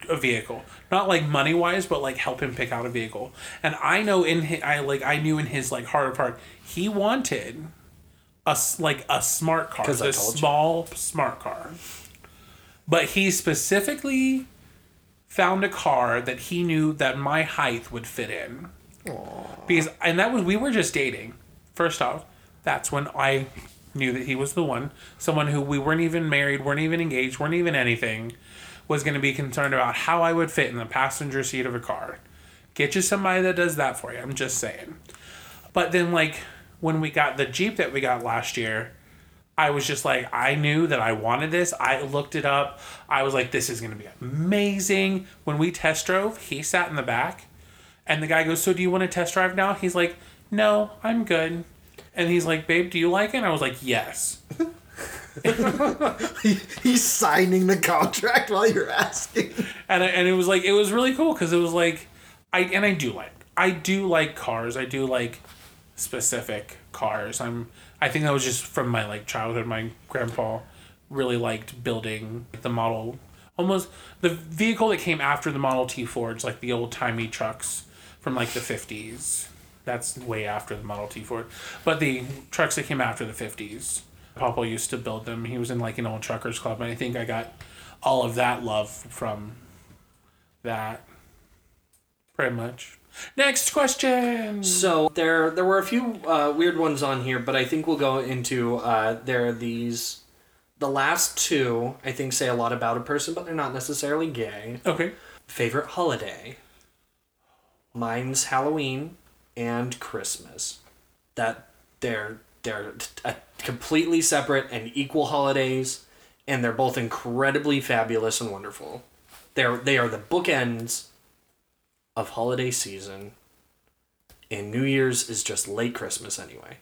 A: a vehicle not like money wise but like help him pick out a vehicle and i know in his, i like i knew in his like heart of heart he wanted a s- like a smart car
B: 'Cause I
A: a
B: told you.
A: small smart car but he specifically found a car that he knew that my height would fit in because and that was we were just dating first off that's when i knew that he was the one someone who we weren't even married weren't even engaged weren't even anything was going to be concerned about how i would fit in the passenger seat of a car get you somebody that does that for you i'm just saying but then like when we got the jeep that we got last year I was just like, I knew that I wanted this. I looked it up. I was like, this is going to be amazing. When we test drove, he sat in the back and the guy goes, So do you want to test drive now? He's like, No, I'm good. And he's like, Babe, do you like it? And I was like, Yes.
C: He's signing the contract while you're asking.
A: And, I, and it was like, it was really cool because it was like, I, and I do like, I do like cars. I do like specific cars. I'm, I think that was just from my like childhood. My grandpa really liked building the model, almost the vehicle that came after the Model T Fords, like the old timey trucks from like the 50s. That's way after the Model T Ford. But the trucks that came after the 50s, Papa used to build them. He was in like an old truckers club, and I think I got all of that love from that. Pretty much. Next question.
B: So there, there were a few uh, weird ones on here, but I think we'll go into uh, there are these. The last two, I think, say a lot about a person, but they're not necessarily gay.
A: Okay.
B: Favorite holiday? Mine's Halloween and Christmas. that they're they're a completely separate and equal holidays, and they're both incredibly fabulous and wonderful. They're they are the bookends of holiday season, and New Year's is just late Christmas anyway,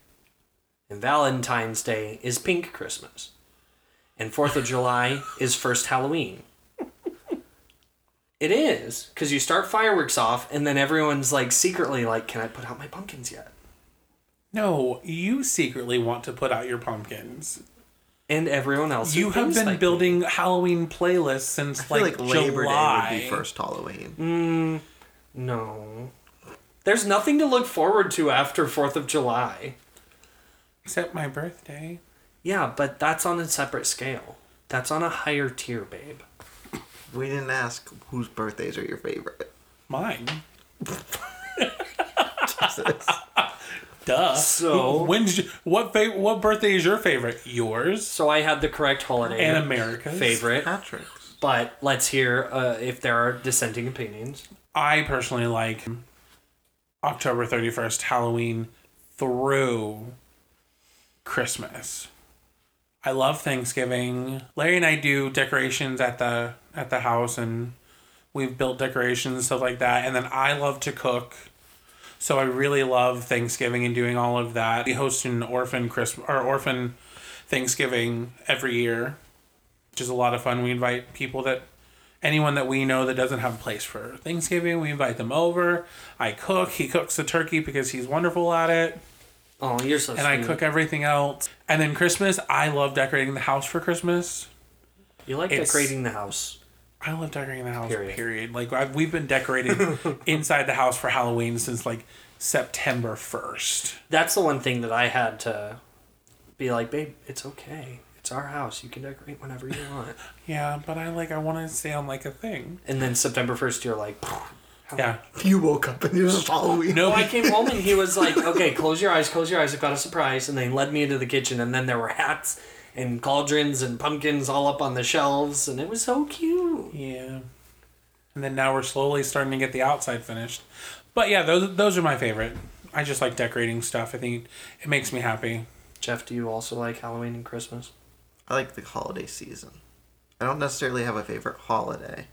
B: and Valentine's Day is pink Christmas, and Fourth of July is first Halloween. It is because you start fireworks off, and then everyone's like secretly like, "Can I put out my pumpkins yet?"
A: No, you secretly want to put out your pumpkins.
B: And everyone else, who
A: You have
B: thinks
A: been
B: like me.
A: building Halloween playlists since
C: I feel
A: like,
C: like Labor
A: July. Mm.
C: Day would be first Halloween.
B: No, there's nothing to look forward to after Fourth of July.
A: Except my birthday.
B: Yeah, but that's on a separate scale. That's on a higher tier, babe.
C: We didn't ask whose birthdays are your favorite.
A: Mine. Duh.
B: So-
A: when did you, what fa- what birthday is your favorite? Yours
B: So I had the correct holiday
A: and America's
B: favorite,
C: Patrick's.
B: but let's hear uh, if there are dissenting opinions.
A: I personally like October thirty first, Halloween through Christmas. I love Thanksgiving. Larry and I do decorations at the at the house, and we've built decorations and stuff like that. And then I love to cook, so I really love Thanksgiving and doing all of that. We host an orphan Christmas or orphan Thanksgiving every year, which is a lot of fun. We invite people that anyone that we know that doesn't have a place for Thanksgiving, we invite them over. I cook. He cooks the turkey because he's wonderful at it
B: Oh, you're so.
A: and I
B: sweet.
A: cook everything else. And then Christmas, I love decorating the house for Christmas.
B: You like
A: It's-
B: decorating the house.
A: I love decorating the house.
B: Period.
A: Period. Like I've, we've been decorating inside the house for Halloween since like September first.
B: That's the one thing that I had to be like, babe, it's okay. It's our house. You can decorate whenever you want.
A: Yeah, but I like I want to stay on like a thing.
B: And then September 1st, you're like,
A: Yeah.
C: You woke up and it was Halloween.
A: No.
B: oh, I came home and he was like, okay, close your eyes, close your eyes. I've got a surprise. And they led me into the kitchen, and then there were hats and cauldrons and pumpkins all up on the shelves, and it was so cute.
A: Yeah. And then now we're slowly starting to get the outside finished. But yeah, those those are my favorite. I just like decorating stuff. I think it makes me happy.
B: Jeff, do you also like Halloween and Christmas?
C: I like the holiday season. I don't necessarily have a favorite holiday,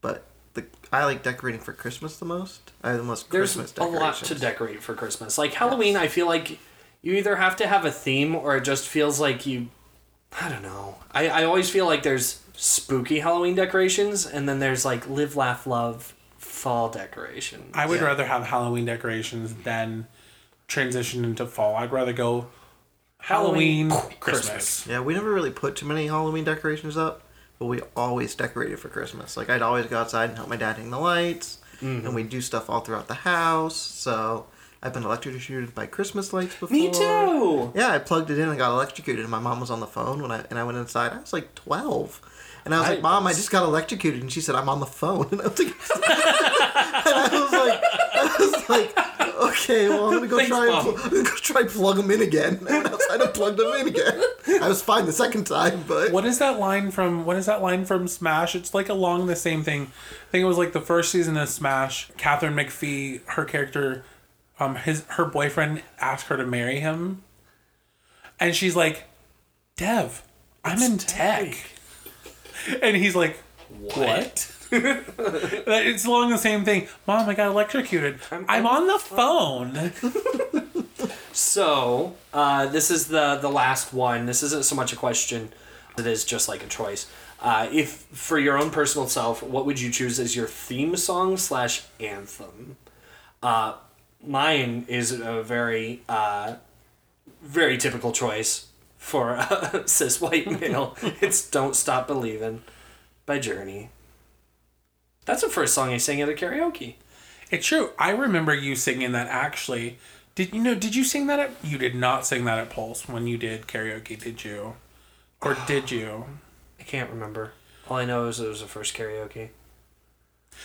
C: but the I like decorating for Christmas the most. I have the most
B: There's
C: Christmas
B: a
C: decorations.
B: lot to decorate for Christmas. Like Halloween, I feel like you either have to have a theme or it just feels like you. I don't know. I, I always feel like there's spooky Halloween decorations and then there's like live, laugh, love fall decoration.
A: I would
C: Yeah.
A: rather have Halloween decorations than transition into fall. I'd rather go Halloween,
B: Halloween,
A: Christmas.
C: Yeah, we never really put too many Halloween decorations up, but we always decorated for Christmas. Like I'd always go outside and help my dad hang the lights, and
B: Mm-hmm.
C: we would do stuff all throughout the house. So I've been electrocuted by Christmas lights before.
B: Me too!
C: Yeah, I plugged it in and got electrocuted. And my mom was on the phone when I and I went inside. I was like twelve, and I was
B: I
C: like, "Mom,
B: was-
C: I just got electrocuted." And she said, "I'm on the phone." And I was like, and I was like, I was like, "Okay, well, I'm gonna go
B: Thanks,
C: try and
B: Mom.
C: pl- I'm gonna go try and plug them in again." And I went outside and plugged them in again. I was fine the second time, but
A: What is that line from what is that line from Smash? It's like along the same thing. I think it was like the first season of Smash, Catherine McPhee, her character, um his her boyfriend asked her to marry him. And she's like, Dev, I'm in tech. And he's like, What? That- it's along the same thing. Mom, I got electrocuted. I'm, on the phone.
B: So, uh, this is the the last one. This isn't so much a question; it is just like a choice. Uh, if for your own personal self, what would you choose as your theme song slash anthem? Uh, mine is a very uh, very typical choice for a cis white male. it's "Don't Stop Believin'" by Journey. That's the first song I sang at a karaoke.
A: It's true. I remember you singing that actually. Did you know? Did you sing that at? You did not sing that at Pulse when you did karaoke, did you? Or did you?
B: I can't remember. All I know is it was the first karaoke.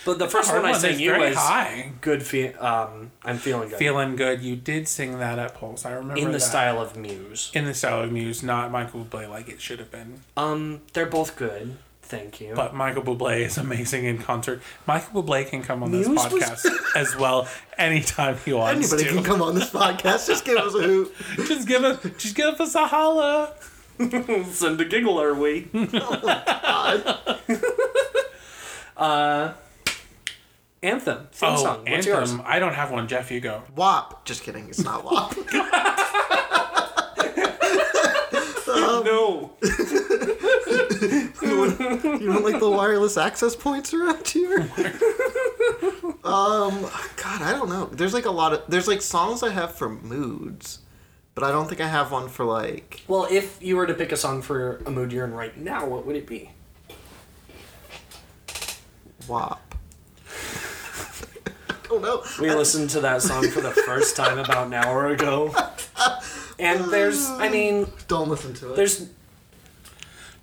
B: But the first
A: Our
B: one I
A: one
B: sang
A: is
B: you
A: very
B: was
A: high.
B: good. Fe- um, I'm feeling good
A: Feeling good. You did sing that at Pulse. I remember
B: in the
A: that.
B: style of Muse.
A: In the style of Muse, not Michael Bublé like it should have been.
B: Um, they're both good. Thank you.
A: But Michael Bublé is amazing in concert. Michael Bublé can come on this
B: Muse was-
A: podcast as well anytime he wants
C: Anybody
A: to.
C: can come on this podcast. Just give us a hoot.
A: Just give us, just give us a holla.
B: Send a giggle, are we?
A: Hmm.
B: uh, anthem. Theme
A: oh,
B: song. What's
A: anthem.
B: yours?
A: I don't have one. Jeff, you go.
C: WAP. Just kidding. It's not WAP.
B: Um, no.
C: You don't like the wireless access points around here? um, God, I don't know. There's like a lot of there's like songs I have for moods, but I don't think I have one for like.
B: Well, if you were to pick a song for a mood you're in right now, what would it be?
C: WAP. I don't know.
B: We listened to that song for the first time about an hour ago. And there's, I mean,
C: Don't listen to it.
B: there's.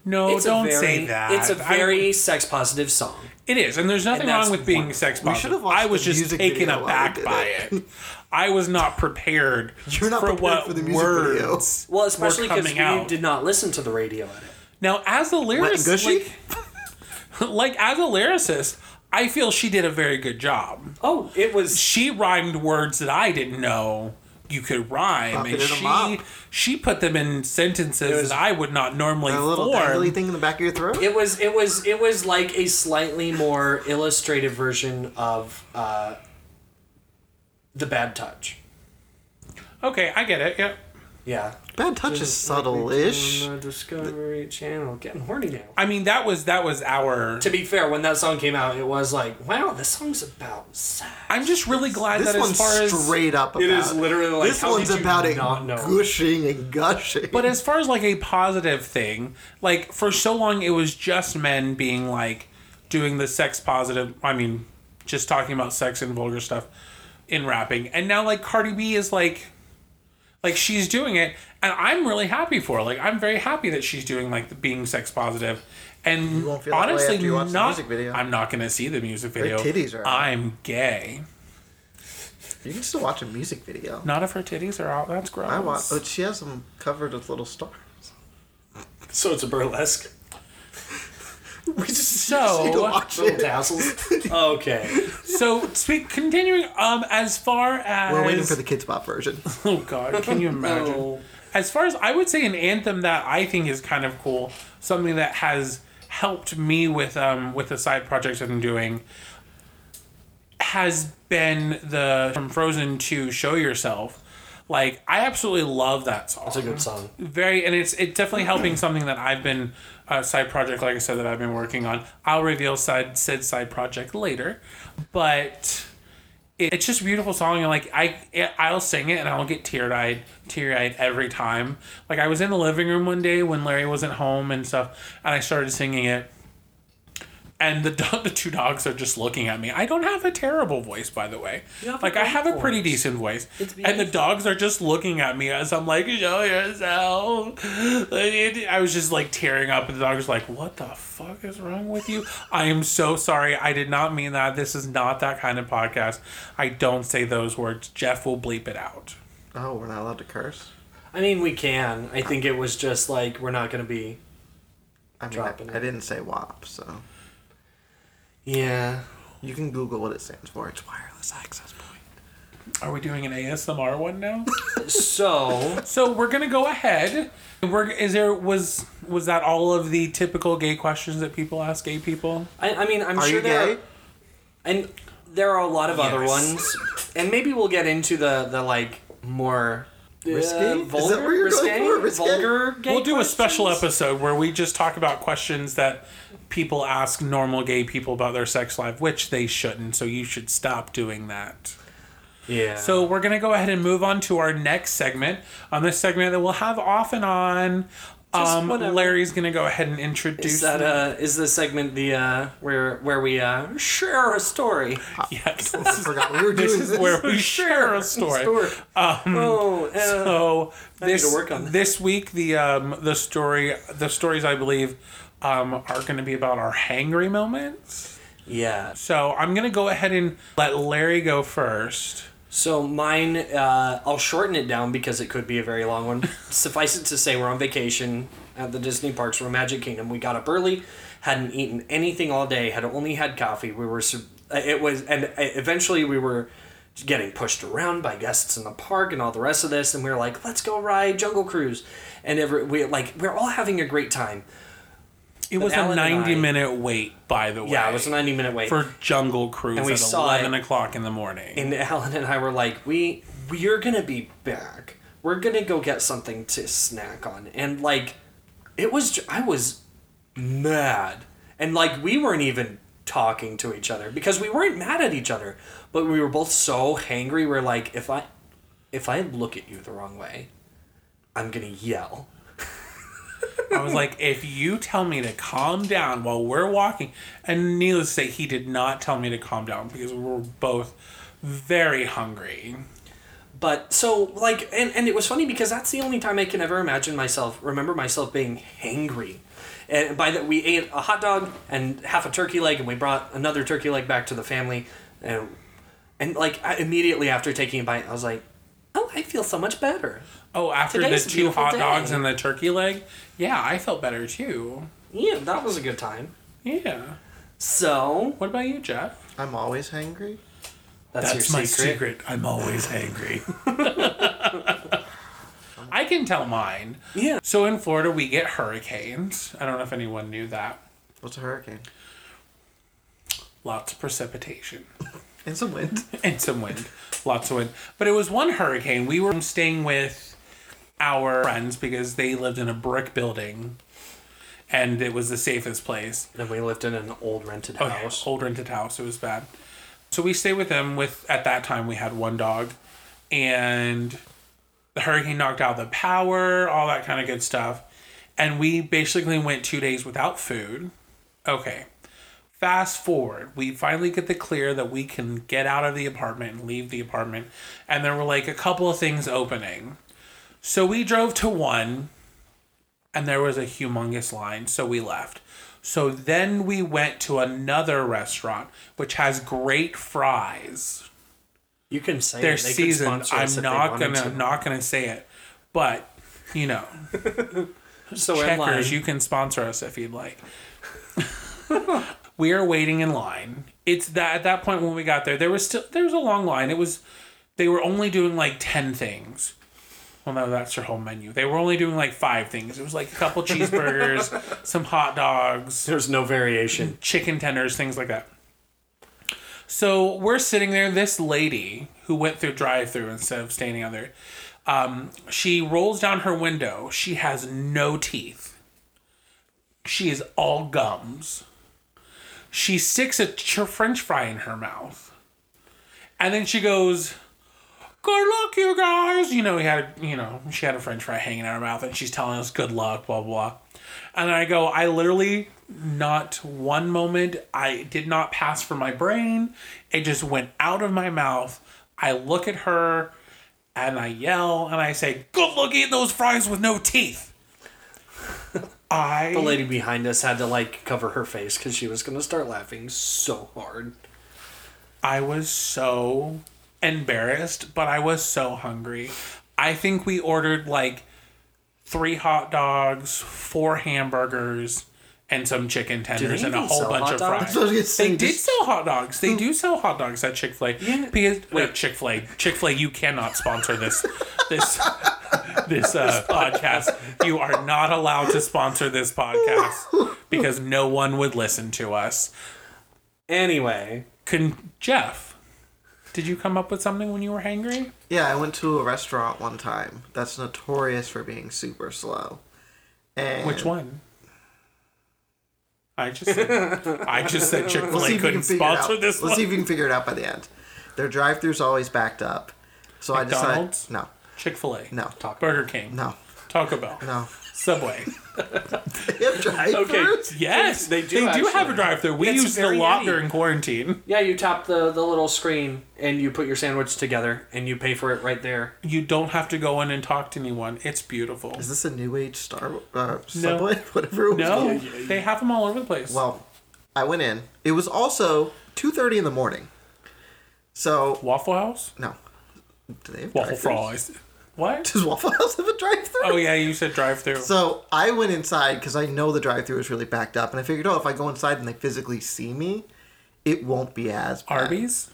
A: No,
B: it's a
A: Oh, don't
B: very-
A: say that.
B: It's a
A: I-
B: very sex positive song.
A: It is, and there's nothing
B: And that's
A: wrong with being
B: wonderful.
A: sex
C: We should
A: positive.
C: have watched
A: I was
C: the
A: just
C: music
A: taken
C: video while
A: aback
C: we did
A: by it. I was not prepared
C: You're not
A: for
C: prepared
A: what
C: for the music video.
A: words
B: Well, especially
A: were
B: because
A: coming
B: you
A: out.
B: did not listen to the radio edit.
A: Now, as a
C: Wet and
A: lyricist,
C: gushy.
A: like, like, as a lyricist, I feel she did a very good job.
B: Oh, it was.
A: She rhymed words that I didn't know you could rhyme,
C: Popping
A: and
C: in a mop.
A: she she put them in sentences
B: was
A: that I would not normally
C: a little
A: form.
C: dangly thing in the back of your throat.
B: It was. It was. It was like a slightly more illustrative version of uh, the bad touch.
A: Okay, I get it. Yep.
B: Yeah.
C: Bad touch is subtle-ish.
B: On the Discovery Channel, getting horny now.
A: I mean, that was that was our.
B: To be fair, when that song came out, it was like, wow, this song's about sex.
A: I'm just really glad
C: This
A: that as
C: one's
A: far as
C: straight up about
B: It is literally like,
C: this
B: how
C: one's
B: did you
C: about it
B: not know?
C: gushing and gushing.
A: But as far as like a positive thing, like for so long it was just men being like doing the sex positive. I mean, just talking about sex and vulgar stuff in rapping, and now like Cardi B is like, like she's doing it, and I'm really happy for her. Like I'm very happy that she's doing like the being sex positive, and
C: won't feel that way
A: honestly,
C: after you watch the
A: not.
C: music video.
A: I'm not gonna see the music video.
C: titties are out.
A: I'm gay.
C: you can still watch a music video.
A: Not if her titties are out. That's gross.
C: I want. But she has them covered with little stars.
B: So it's a burlesque.
C: We just
A: So-
C: need to watch
B: Little
C: it.
B: tassels. Okay.
A: So speak. Continuing. Um, as far as
C: We're waiting for the Kids Bop version.
A: Oh God, can you imagine?
B: No.
A: As far as I would say, an anthem that I think is kind of cool, something that has helped me with um with the side projects I'm doing, has been the from Frozen to Show Yourself. Like I absolutely love that song.
B: It's a good song.
A: Very, and it's it's definitely helping something that I've been a side project, like I said, that I've been working on. I'll reveal said said side project later, but it, it's just a beautiful song and like I I'll sing it and I'll get tear eyed teary eyed every time. Like I was in the living room one day when Larry wasn't home and stuff, and I started singing it. And the do- the two dogs are just looking at me. I don't have a terrible voice, by the way.
B: You have a
A: Like I
B: great
A: have a pretty
B: voice.
A: decent voice,
B: It's
A: and the
B: beautiful.
A: dogs are just looking at me as I'm like, "Show yourself." Like, it- I was just like tearing up, and the dog was like, "What the fuck is wrong with you?" I am so sorry. I did not mean that. This is not that kind of podcast. I don't say those words. Jeff will bleep it out.
C: Oh, we're not allowed to curse.
B: I mean, we can. I think it was just like we're not gonna be.
C: I mean, I,
B: Dropping it.
C: I didn't say WAP, so
B: Yeah.
C: you can Google what it stands for. It's wireless access point.
A: Are we doing an ASMR one now?
B: So
A: so we're gonna go ahead. We're is there was was that all of the typical gay questions that people ask gay people?
B: I, I mean, I'm
C: Are
B: sure
C: you
B: there.
C: gay?
B: Are, and there are a lot of other
A: Yes.
B: ones, and maybe we'll get into the the like more.
C: Risky?
B: Uh,
C: Is that
B: vulgar,
C: where you're going
B: risque,
C: for? Risque?
B: vulgar gay
A: we'll do a special
B: questions?
A: episode where we just talk about questions that people ask normal gay people about their sex life, which they shouldn't. So you should stop doing that.
B: Yeah.
A: So we're gonna go ahead and move on to our next segment. On this segment that we'll have off and on.
B: Just
A: Um,
B: whatever.
A: Larry's gonna go ahead and introduce.
B: Is that uh is the segment the uh where where we uh share a story?
A: yes,
C: I forgot we were doing
A: this
C: this.
A: is where we share a story. Um,
B: oh, uh,
A: So
B: need
A: this
B: to work on that.
A: this week the um the story the stories I believe um are going to be about our hangry moments.
B: yeah.
A: So I'm gonna go ahead and let Larry go first.
B: So mine, uh, I'll shorten it down because it could be a very long one. Suffice it to say, we're on vacation at the Disney parks. We're in Magic Kingdom. We got up early, hadn't eaten anything all day, had only had coffee. We were, sur- uh, it was, and uh, eventually we were getting pushed around by guests in the park and all the rest of this. And we were like, let's go ride Jungle Cruise, and every we like we're all having a great time.
A: It was
B: Alan
A: a
B: and I-
A: 90 minute wait, by the way.
B: Yeah, it was a ninety minute wait.
A: for Jungle Cruise
B: And we
A: at
B: saw
A: 11
B: it.
A: o'clock in the morning.
B: and Alan and I were like, we we're gonna be back. We're gonna go get something to snack on, and like, it was ju- I was mad, and like we weren't even talking to each other because we weren't mad at each other, but we were both so hangry. We're like, if I if I look at you the wrong way, I'm gonna yell.
A: I was like, if you tell me to calm down while we're walking, and needless to say, he did not tell me to calm down because we were both very hungry.
B: But so like and, and it was funny because that's the only time I can ever imagine myself remember myself being hangry. And by that we ate a hot dog and half a turkey leg and we brought another turkey leg back to the family and and like I, immediately after taking a bite I was like, "Oh, I feel so much better."
A: Oh, after
B: Today's a
A: the two
B: beautiful
A: hot
B: day.
A: dogs and the turkey leg, yeah, I felt better too.
B: Yeah, that was a good time.
A: Yeah.
B: So,
A: What about you, Jeff?
C: I'm always hangry.
B: that's, your secret.
A: I'm always angry. I can tell mine.
B: Yeah.
A: So in Florida, we get hurricanes. I don't know if anyone knew that.
C: What's a hurricane?
A: Lots of precipitation.
C: And some wind.
A: and some wind, lots of wind. But it was one hurricane. We were staying with our friends because they lived in a brick building, and it was the safest place.
B: Then we lived in an old rented
A: Oh,
B: house.
A: Old rented house. It was bad. So we stayed with them. With at that time we had one dog, and the hurricane knocked out the power, all that kind of good stuff, and we basically went two days without food. Okay. Fast forward, we finally get the clear that we can get out of the apartment and leave the apartment, and there were like a couple of things opening. So we drove to one, and there was a humongous line, so we left. So then we went to another restaurant which has great fries
B: You can say
A: their
B: it. They could
A: season.
B: sponsor us
A: I'm
B: if they
A: not
B: wanted
A: gonna
B: to.
A: not gonna say it, but you know,
B: so we're in line.
A: checkers, you can sponsor us if you'd like. we are waiting in line. It's that at that point when we got there, there was still there was a long line. It was they were only doing like ten things. Well, no, that's their whole menu. They were only doing like five things. It was like a couple cheeseburgers, some hot dogs,
B: There's no variation.
A: chicken tenders, things like that. So we're sitting there. This lady who went through drive-through instead of standing out there, um, she rolls down her window. She has no teeth. She is all gums. She sticks a ch- French fry in her mouth, and then she goes, "Good luck, you guys." You know, we had you know she had a French fry hanging out her mouth, and she's telling us, "Good luck," blah blah. And I go, I literally not one moment I did not pass from my brain. It just went out of my mouth. I look at her and I yell and I say, Good luck eating those fries with no teeth. I
B: The lady behind us had to like cover her face because she was gonna start laughing so hard.
A: I was so embarrassed, but I was so hungry. I think we ordered like three hot dogs, four hamburgers, and some chicken tenders and a
B: even
A: whole
B: sell
A: bunch
B: hot
A: of
B: dogs?
A: fries.
C: So I was gonna say,
A: They did
C: just-
A: sell hot dogs. They do sell hot dogs at Chick Fil A.
B: Yeah.
A: Because wait, Chick Fil A, Chick Fil A, you cannot sponsor this, this, this uh, podcast. You are not allowed to sponsor this podcast because no one would listen to us.
B: Anyway,
A: Can Jeff? Did you come up with something when you were hangry?
C: Yeah, I went to a restaurant one time that's notorious for being super slow. And
A: Which one? I just said, I just said Chick Fil
C: Let's see
A: A
C: if you
A: couldn't
C: can figure it
A: sponsor
C: out.
A: this
C: Let's see
A: one.
C: if you can figure it out by the end. Their drive-through's always backed up, so
A: McDonald's?
C: I decided
A: Chick Fil A,
C: no, no,
B: talk.
A: Burger King,
C: no,
A: Taco Bell,
C: no.
A: Subway.
C: They have drive-throughs.
A: Yes,
B: They-
A: they,
B: they do
A: do. They do have
B: actually.
A: a drive-through. We
B: It's
A: used it a
B: very
A: lot
B: handy.
A: during quarantine.
B: Yeah, you tap the the little screen and you put your sandwich together and you pay for it right there.
A: You don't have to go in and talk to anyone. It's beautiful.
C: Is this a new age Star uh, Subway? Whatever. It was
A: No,
C: called.
A: they have them all over the place.
C: Well, I went in. It was also two thirty in the morning. So
A: Waffle House.
C: no, Do they have
A: Waffle
C: drive-thrus?
A: for all. I s- What?
C: Does Waffle House have a drive-through?
A: Oh yeah, you said drive through.
C: So I went inside because I know the drive-through is really backed up, and I figured, oh, if I go inside and they physically see me, it won't be as bad.
A: Arby's.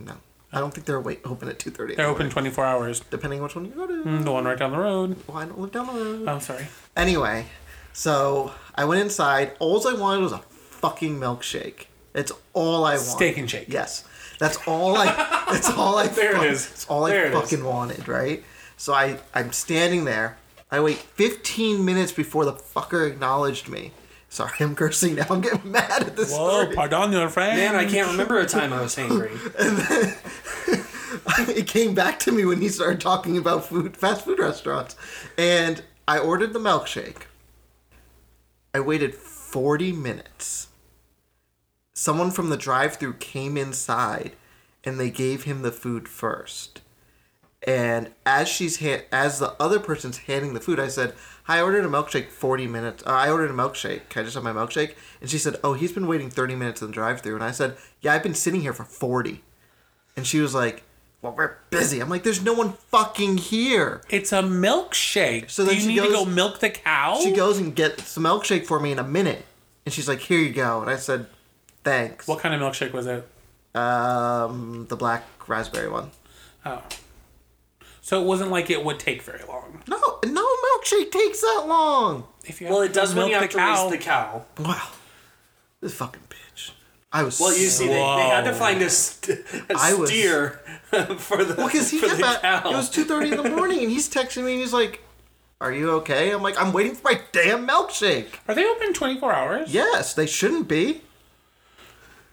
C: No, I don't think they're wait open at two thirty.
A: They're open Hmm. twenty four hours.
C: depending on which one you go to.
A: The one right down the road.
C: Well, I don't live down the road.
A: Oh sorry.
C: Anyway, so I went inside. All I wanted was a fucking milkshake. It's all I wanted.
A: Steak and shake.
C: Yes, that's all I. that's all I.
B: There it
C: fuck-
B: is.
C: That's all
B: There
C: I
B: it is.
C: fucking wanted, right? So I, I'm standing there. I wait 15 minutes before the fucker acknowledged me. Sorry, I'm cursing now. I'm getting mad at this
A: Whoa,
C: story.
A: pardon your friend.
B: Man, I can't remember a time I was hungry.
C: it came back to me when he started talking about food, fast food restaurants, and I ordered the milkshake. I waited 40 minutes. Someone from the drive-through came inside, and they gave him the food first. And as she's ha- as the other person's handing the food, I said, "Hi, I ordered a milkshake 40 minutes. Uh, I ordered a milkshake. Can I just have my milkshake?" And she said, "Oh, he's been waiting 30 minutes in the drive-through." And I said, "Yeah, I've been sitting here for 40." And she was like, "Well, we're busy." I'm like, "There's no one fucking here."
A: It's a milkshake.
C: So
A: So
C: then
A: you
C: she
A: need to
C: goes-
A: go milk the cow.
C: She goes and gets the milkshake for me in a minute, and she's like, "Here you go." And I said, "Thanks."
A: What kind of milkshake was it?
C: Um, the black raspberry one.
A: Oh. So it wasn't like it would take very long.
C: No, no milkshake takes that long.
A: If you
B: Well,
A: have
B: it does when you
A: milk
B: have to raise the cow.
C: Wow, this fucking bitch. I was.
B: Well, you see, they, they had to find a, st- a
C: I was-
B: steer for the
C: because he
B: for
C: got
B: the
C: back.
B: cow.
C: It was two thirty in the morning, and he's texting me, and he's like, "Are you okay?" I'm like, "I'm waiting for my damn milkshake."
A: Are they open 24 hours?
C: Yes, they shouldn't be.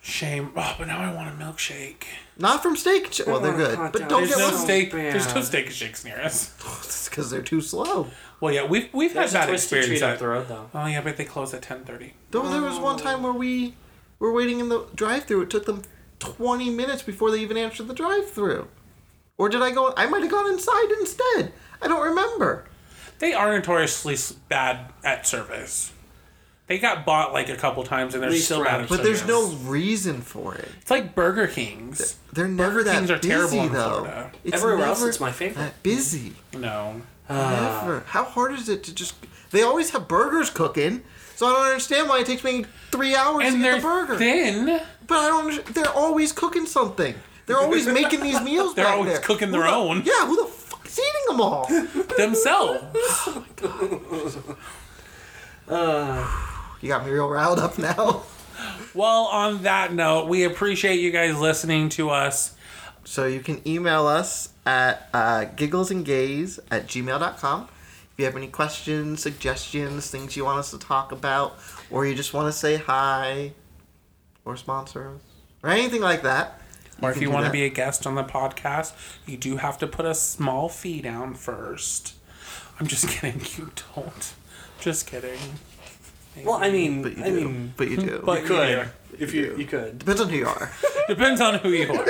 A: Shame. Oh, but now I want a milkshake.
C: Not from steak. and Shake. Well, they're
B: want a
C: good,
B: hot
C: but
B: dog.
C: don't
A: There's
C: get
A: no
B: so
C: one
A: steak.
B: bad.
A: There's no steak and shakes near us.
C: because they're too slow.
A: Well, yeah, we've we've
B: There's
A: had
B: a
A: that
B: twisted
A: experience.
B: treat up
A: At,
B: the road, though.
A: oh yeah, but they close at 10:30.
C: Though there was one time
A: Oh.
C: where we were waiting in the drive-through. It took them 20 minutes before they even answered the drive-through. Or did I go? I might have gone inside instead. I don't remember.
A: They are notoriously s- bad at service. They got bought like a couple times, and they're
B: Least
A: still bad
B: round.
A: at
C: But
A: service.
C: there's no reason for it.
A: It's like Burger King's.
C: They're never that
A: Kings are
C: busy
A: terrible in
C: though.
A: Florida.
C: It's
B: Everywhere else,
C: never
B: it's my favorite.
C: That busy.
A: No. Ah.
C: Never. How hard is it to just? They always have burgers cooking, so I don't understand why it takes me three hours to
A: And
C: get
A: they're
C: the burger.
A: thin.
C: But I don't. under- They're always cooking something. They're always making these meals.
A: They're
C: back
A: always
C: there.
A: cooking
C: Who
A: their
C: the-
A: own.
C: Yeah, who the fuck is eating them all?
A: themselves.
C: You got me real riled up now.
A: Well, on that note, we appreciate you guys listening to us.
C: So you can email us at uh, gigglesandgaze at gmail.com. If you have any questions, suggestions, things you want us to talk about, or you just want to say hi, or sponsor us, or anything like that.
A: Or if
C: can
A: you
C: do
A: want to
C: that.
A: be a guest on the podcast, you do have to put a small fee down first. I'm just kidding. You don't. Just kidding.
B: Well, I mean,
C: But you do.
B: I mean,
C: but you do.
A: but-
B: you could
A: Yeah.
B: if you you could.
C: Depends on who you are.
A: Depends on who you are.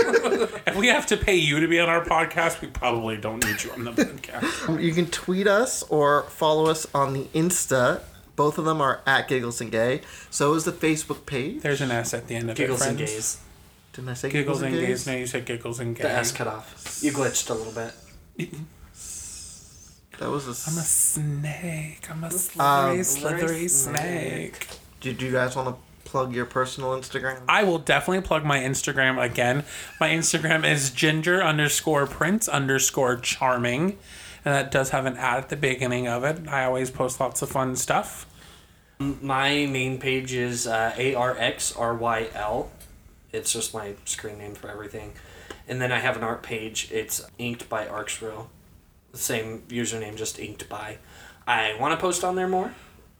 A: if we have to pay you to be on our podcast, we probably don't need you on the podcast.
C: You can tweet us or follow us on the Insta. Both of them are at Giggles and Gay. So is the Facebook page.
A: There's an S at the end of
B: Giggles
A: it,
B: and
A: friends.
B: gaze.
C: Didn't I say
A: Giggles and gays. No,
C: Gays?
A: you said giggles and gays.
B: The S cut off. You glitched a little bit.
C: That was a.
A: I'm a snake. I'm a slithery, slithery
B: slithery
A: snake.
C: Did you guys want to plug your personal Instagram?
A: I will definitely plug my Instagram again. My Instagram is ginger underscore prince underscore charming. And that does have an ad at the beginning of it. I always post lots of fun stuff.
B: My main page is uh, A R X R Y L. It's just my screen name for everything. And then I have an art page. It's inked by Arxreal. The same username, just inked by. I want to post on there more,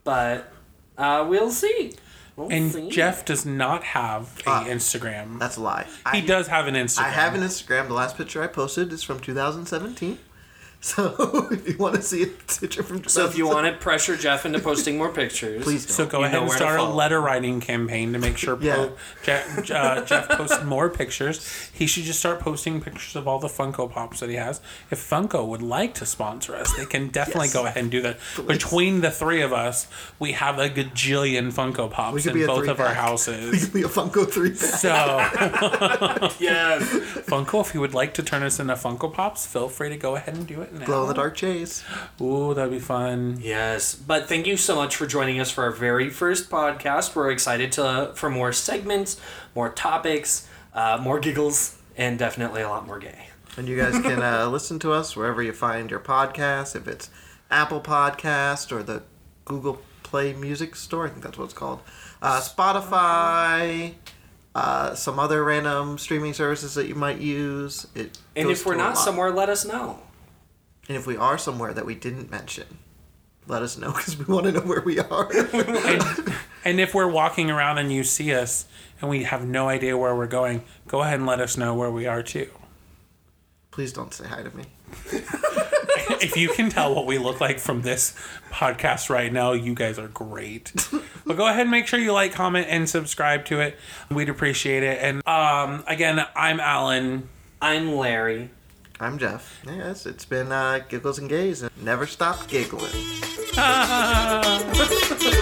B: but uh, we'll see. We'll
A: And
B: see.
A: Jeff does not have a
C: Ah.
A: Instagram.
C: That's a lie.
A: He
C: I,
A: does have an Instagram.
C: I have an Instagram. The last picture I posted is from 2017. So if you want to see a picture from
B: So if you want to pressure Jeff into posting more pictures,
C: please don't.
A: So go
B: You know
A: ahead and
B: where to
A: start a
B: follow.
A: letter writing campaign to make sure
C: Yeah.
A: po- Jeff, uh, Jeff posts more pictures. He should just start posting pictures of all the Funko Pops that he has. If Funko would like to sponsor us, they can definitely
C: Yes.
A: go ahead and do that. Between the three of us, we have a gajillion Funko Pops
C: could
A: in
C: be a
A: both of our
C: three-pack.
A: houses.
C: Give me a Funko three pack.
A: So,
B: yes.
A: Funko, if you would like to turn us into Funko Pops, feel free to go ahead and do it now.
C: Glow in the dark chase.
A: Ooh, that'd be fun.
B: Yes, but thank you so much for joining us for our very first podcast. We're excited to for more segments, more topics, uh, more giggles, and definitely a lot more gay.
C: And you guys can uh, listen to us wherever you find your podcast. If it's Apple Podcast or the Google Play Music Store, I think that's what it's called. Uh, Spotify, uh, some other random streaming services that you might use. It
B: And
C: goes
B: if we're
C: to a
B: not
C: lot.
B: somewhere, let us know.
C: and if we are somewhere that we didn't mention, let us know because we want to know where we are.
A: And, and if we're walking around and you see us and we have no idea where we're going, go ahead and let us know where we are too.
C: Please don't say hi to me.
A: if you can tell what we look like from this podcast right now, you guys are great. but go ahead and make sure you like, comment, and subscribe to it. We'd appreciate it. And um, again, I'm Alan.
B: I'm Larry.
C: I'm Jeff. Yes, it's been uh, Giggles and Gays and Never Stop Giggling.
A: Ah.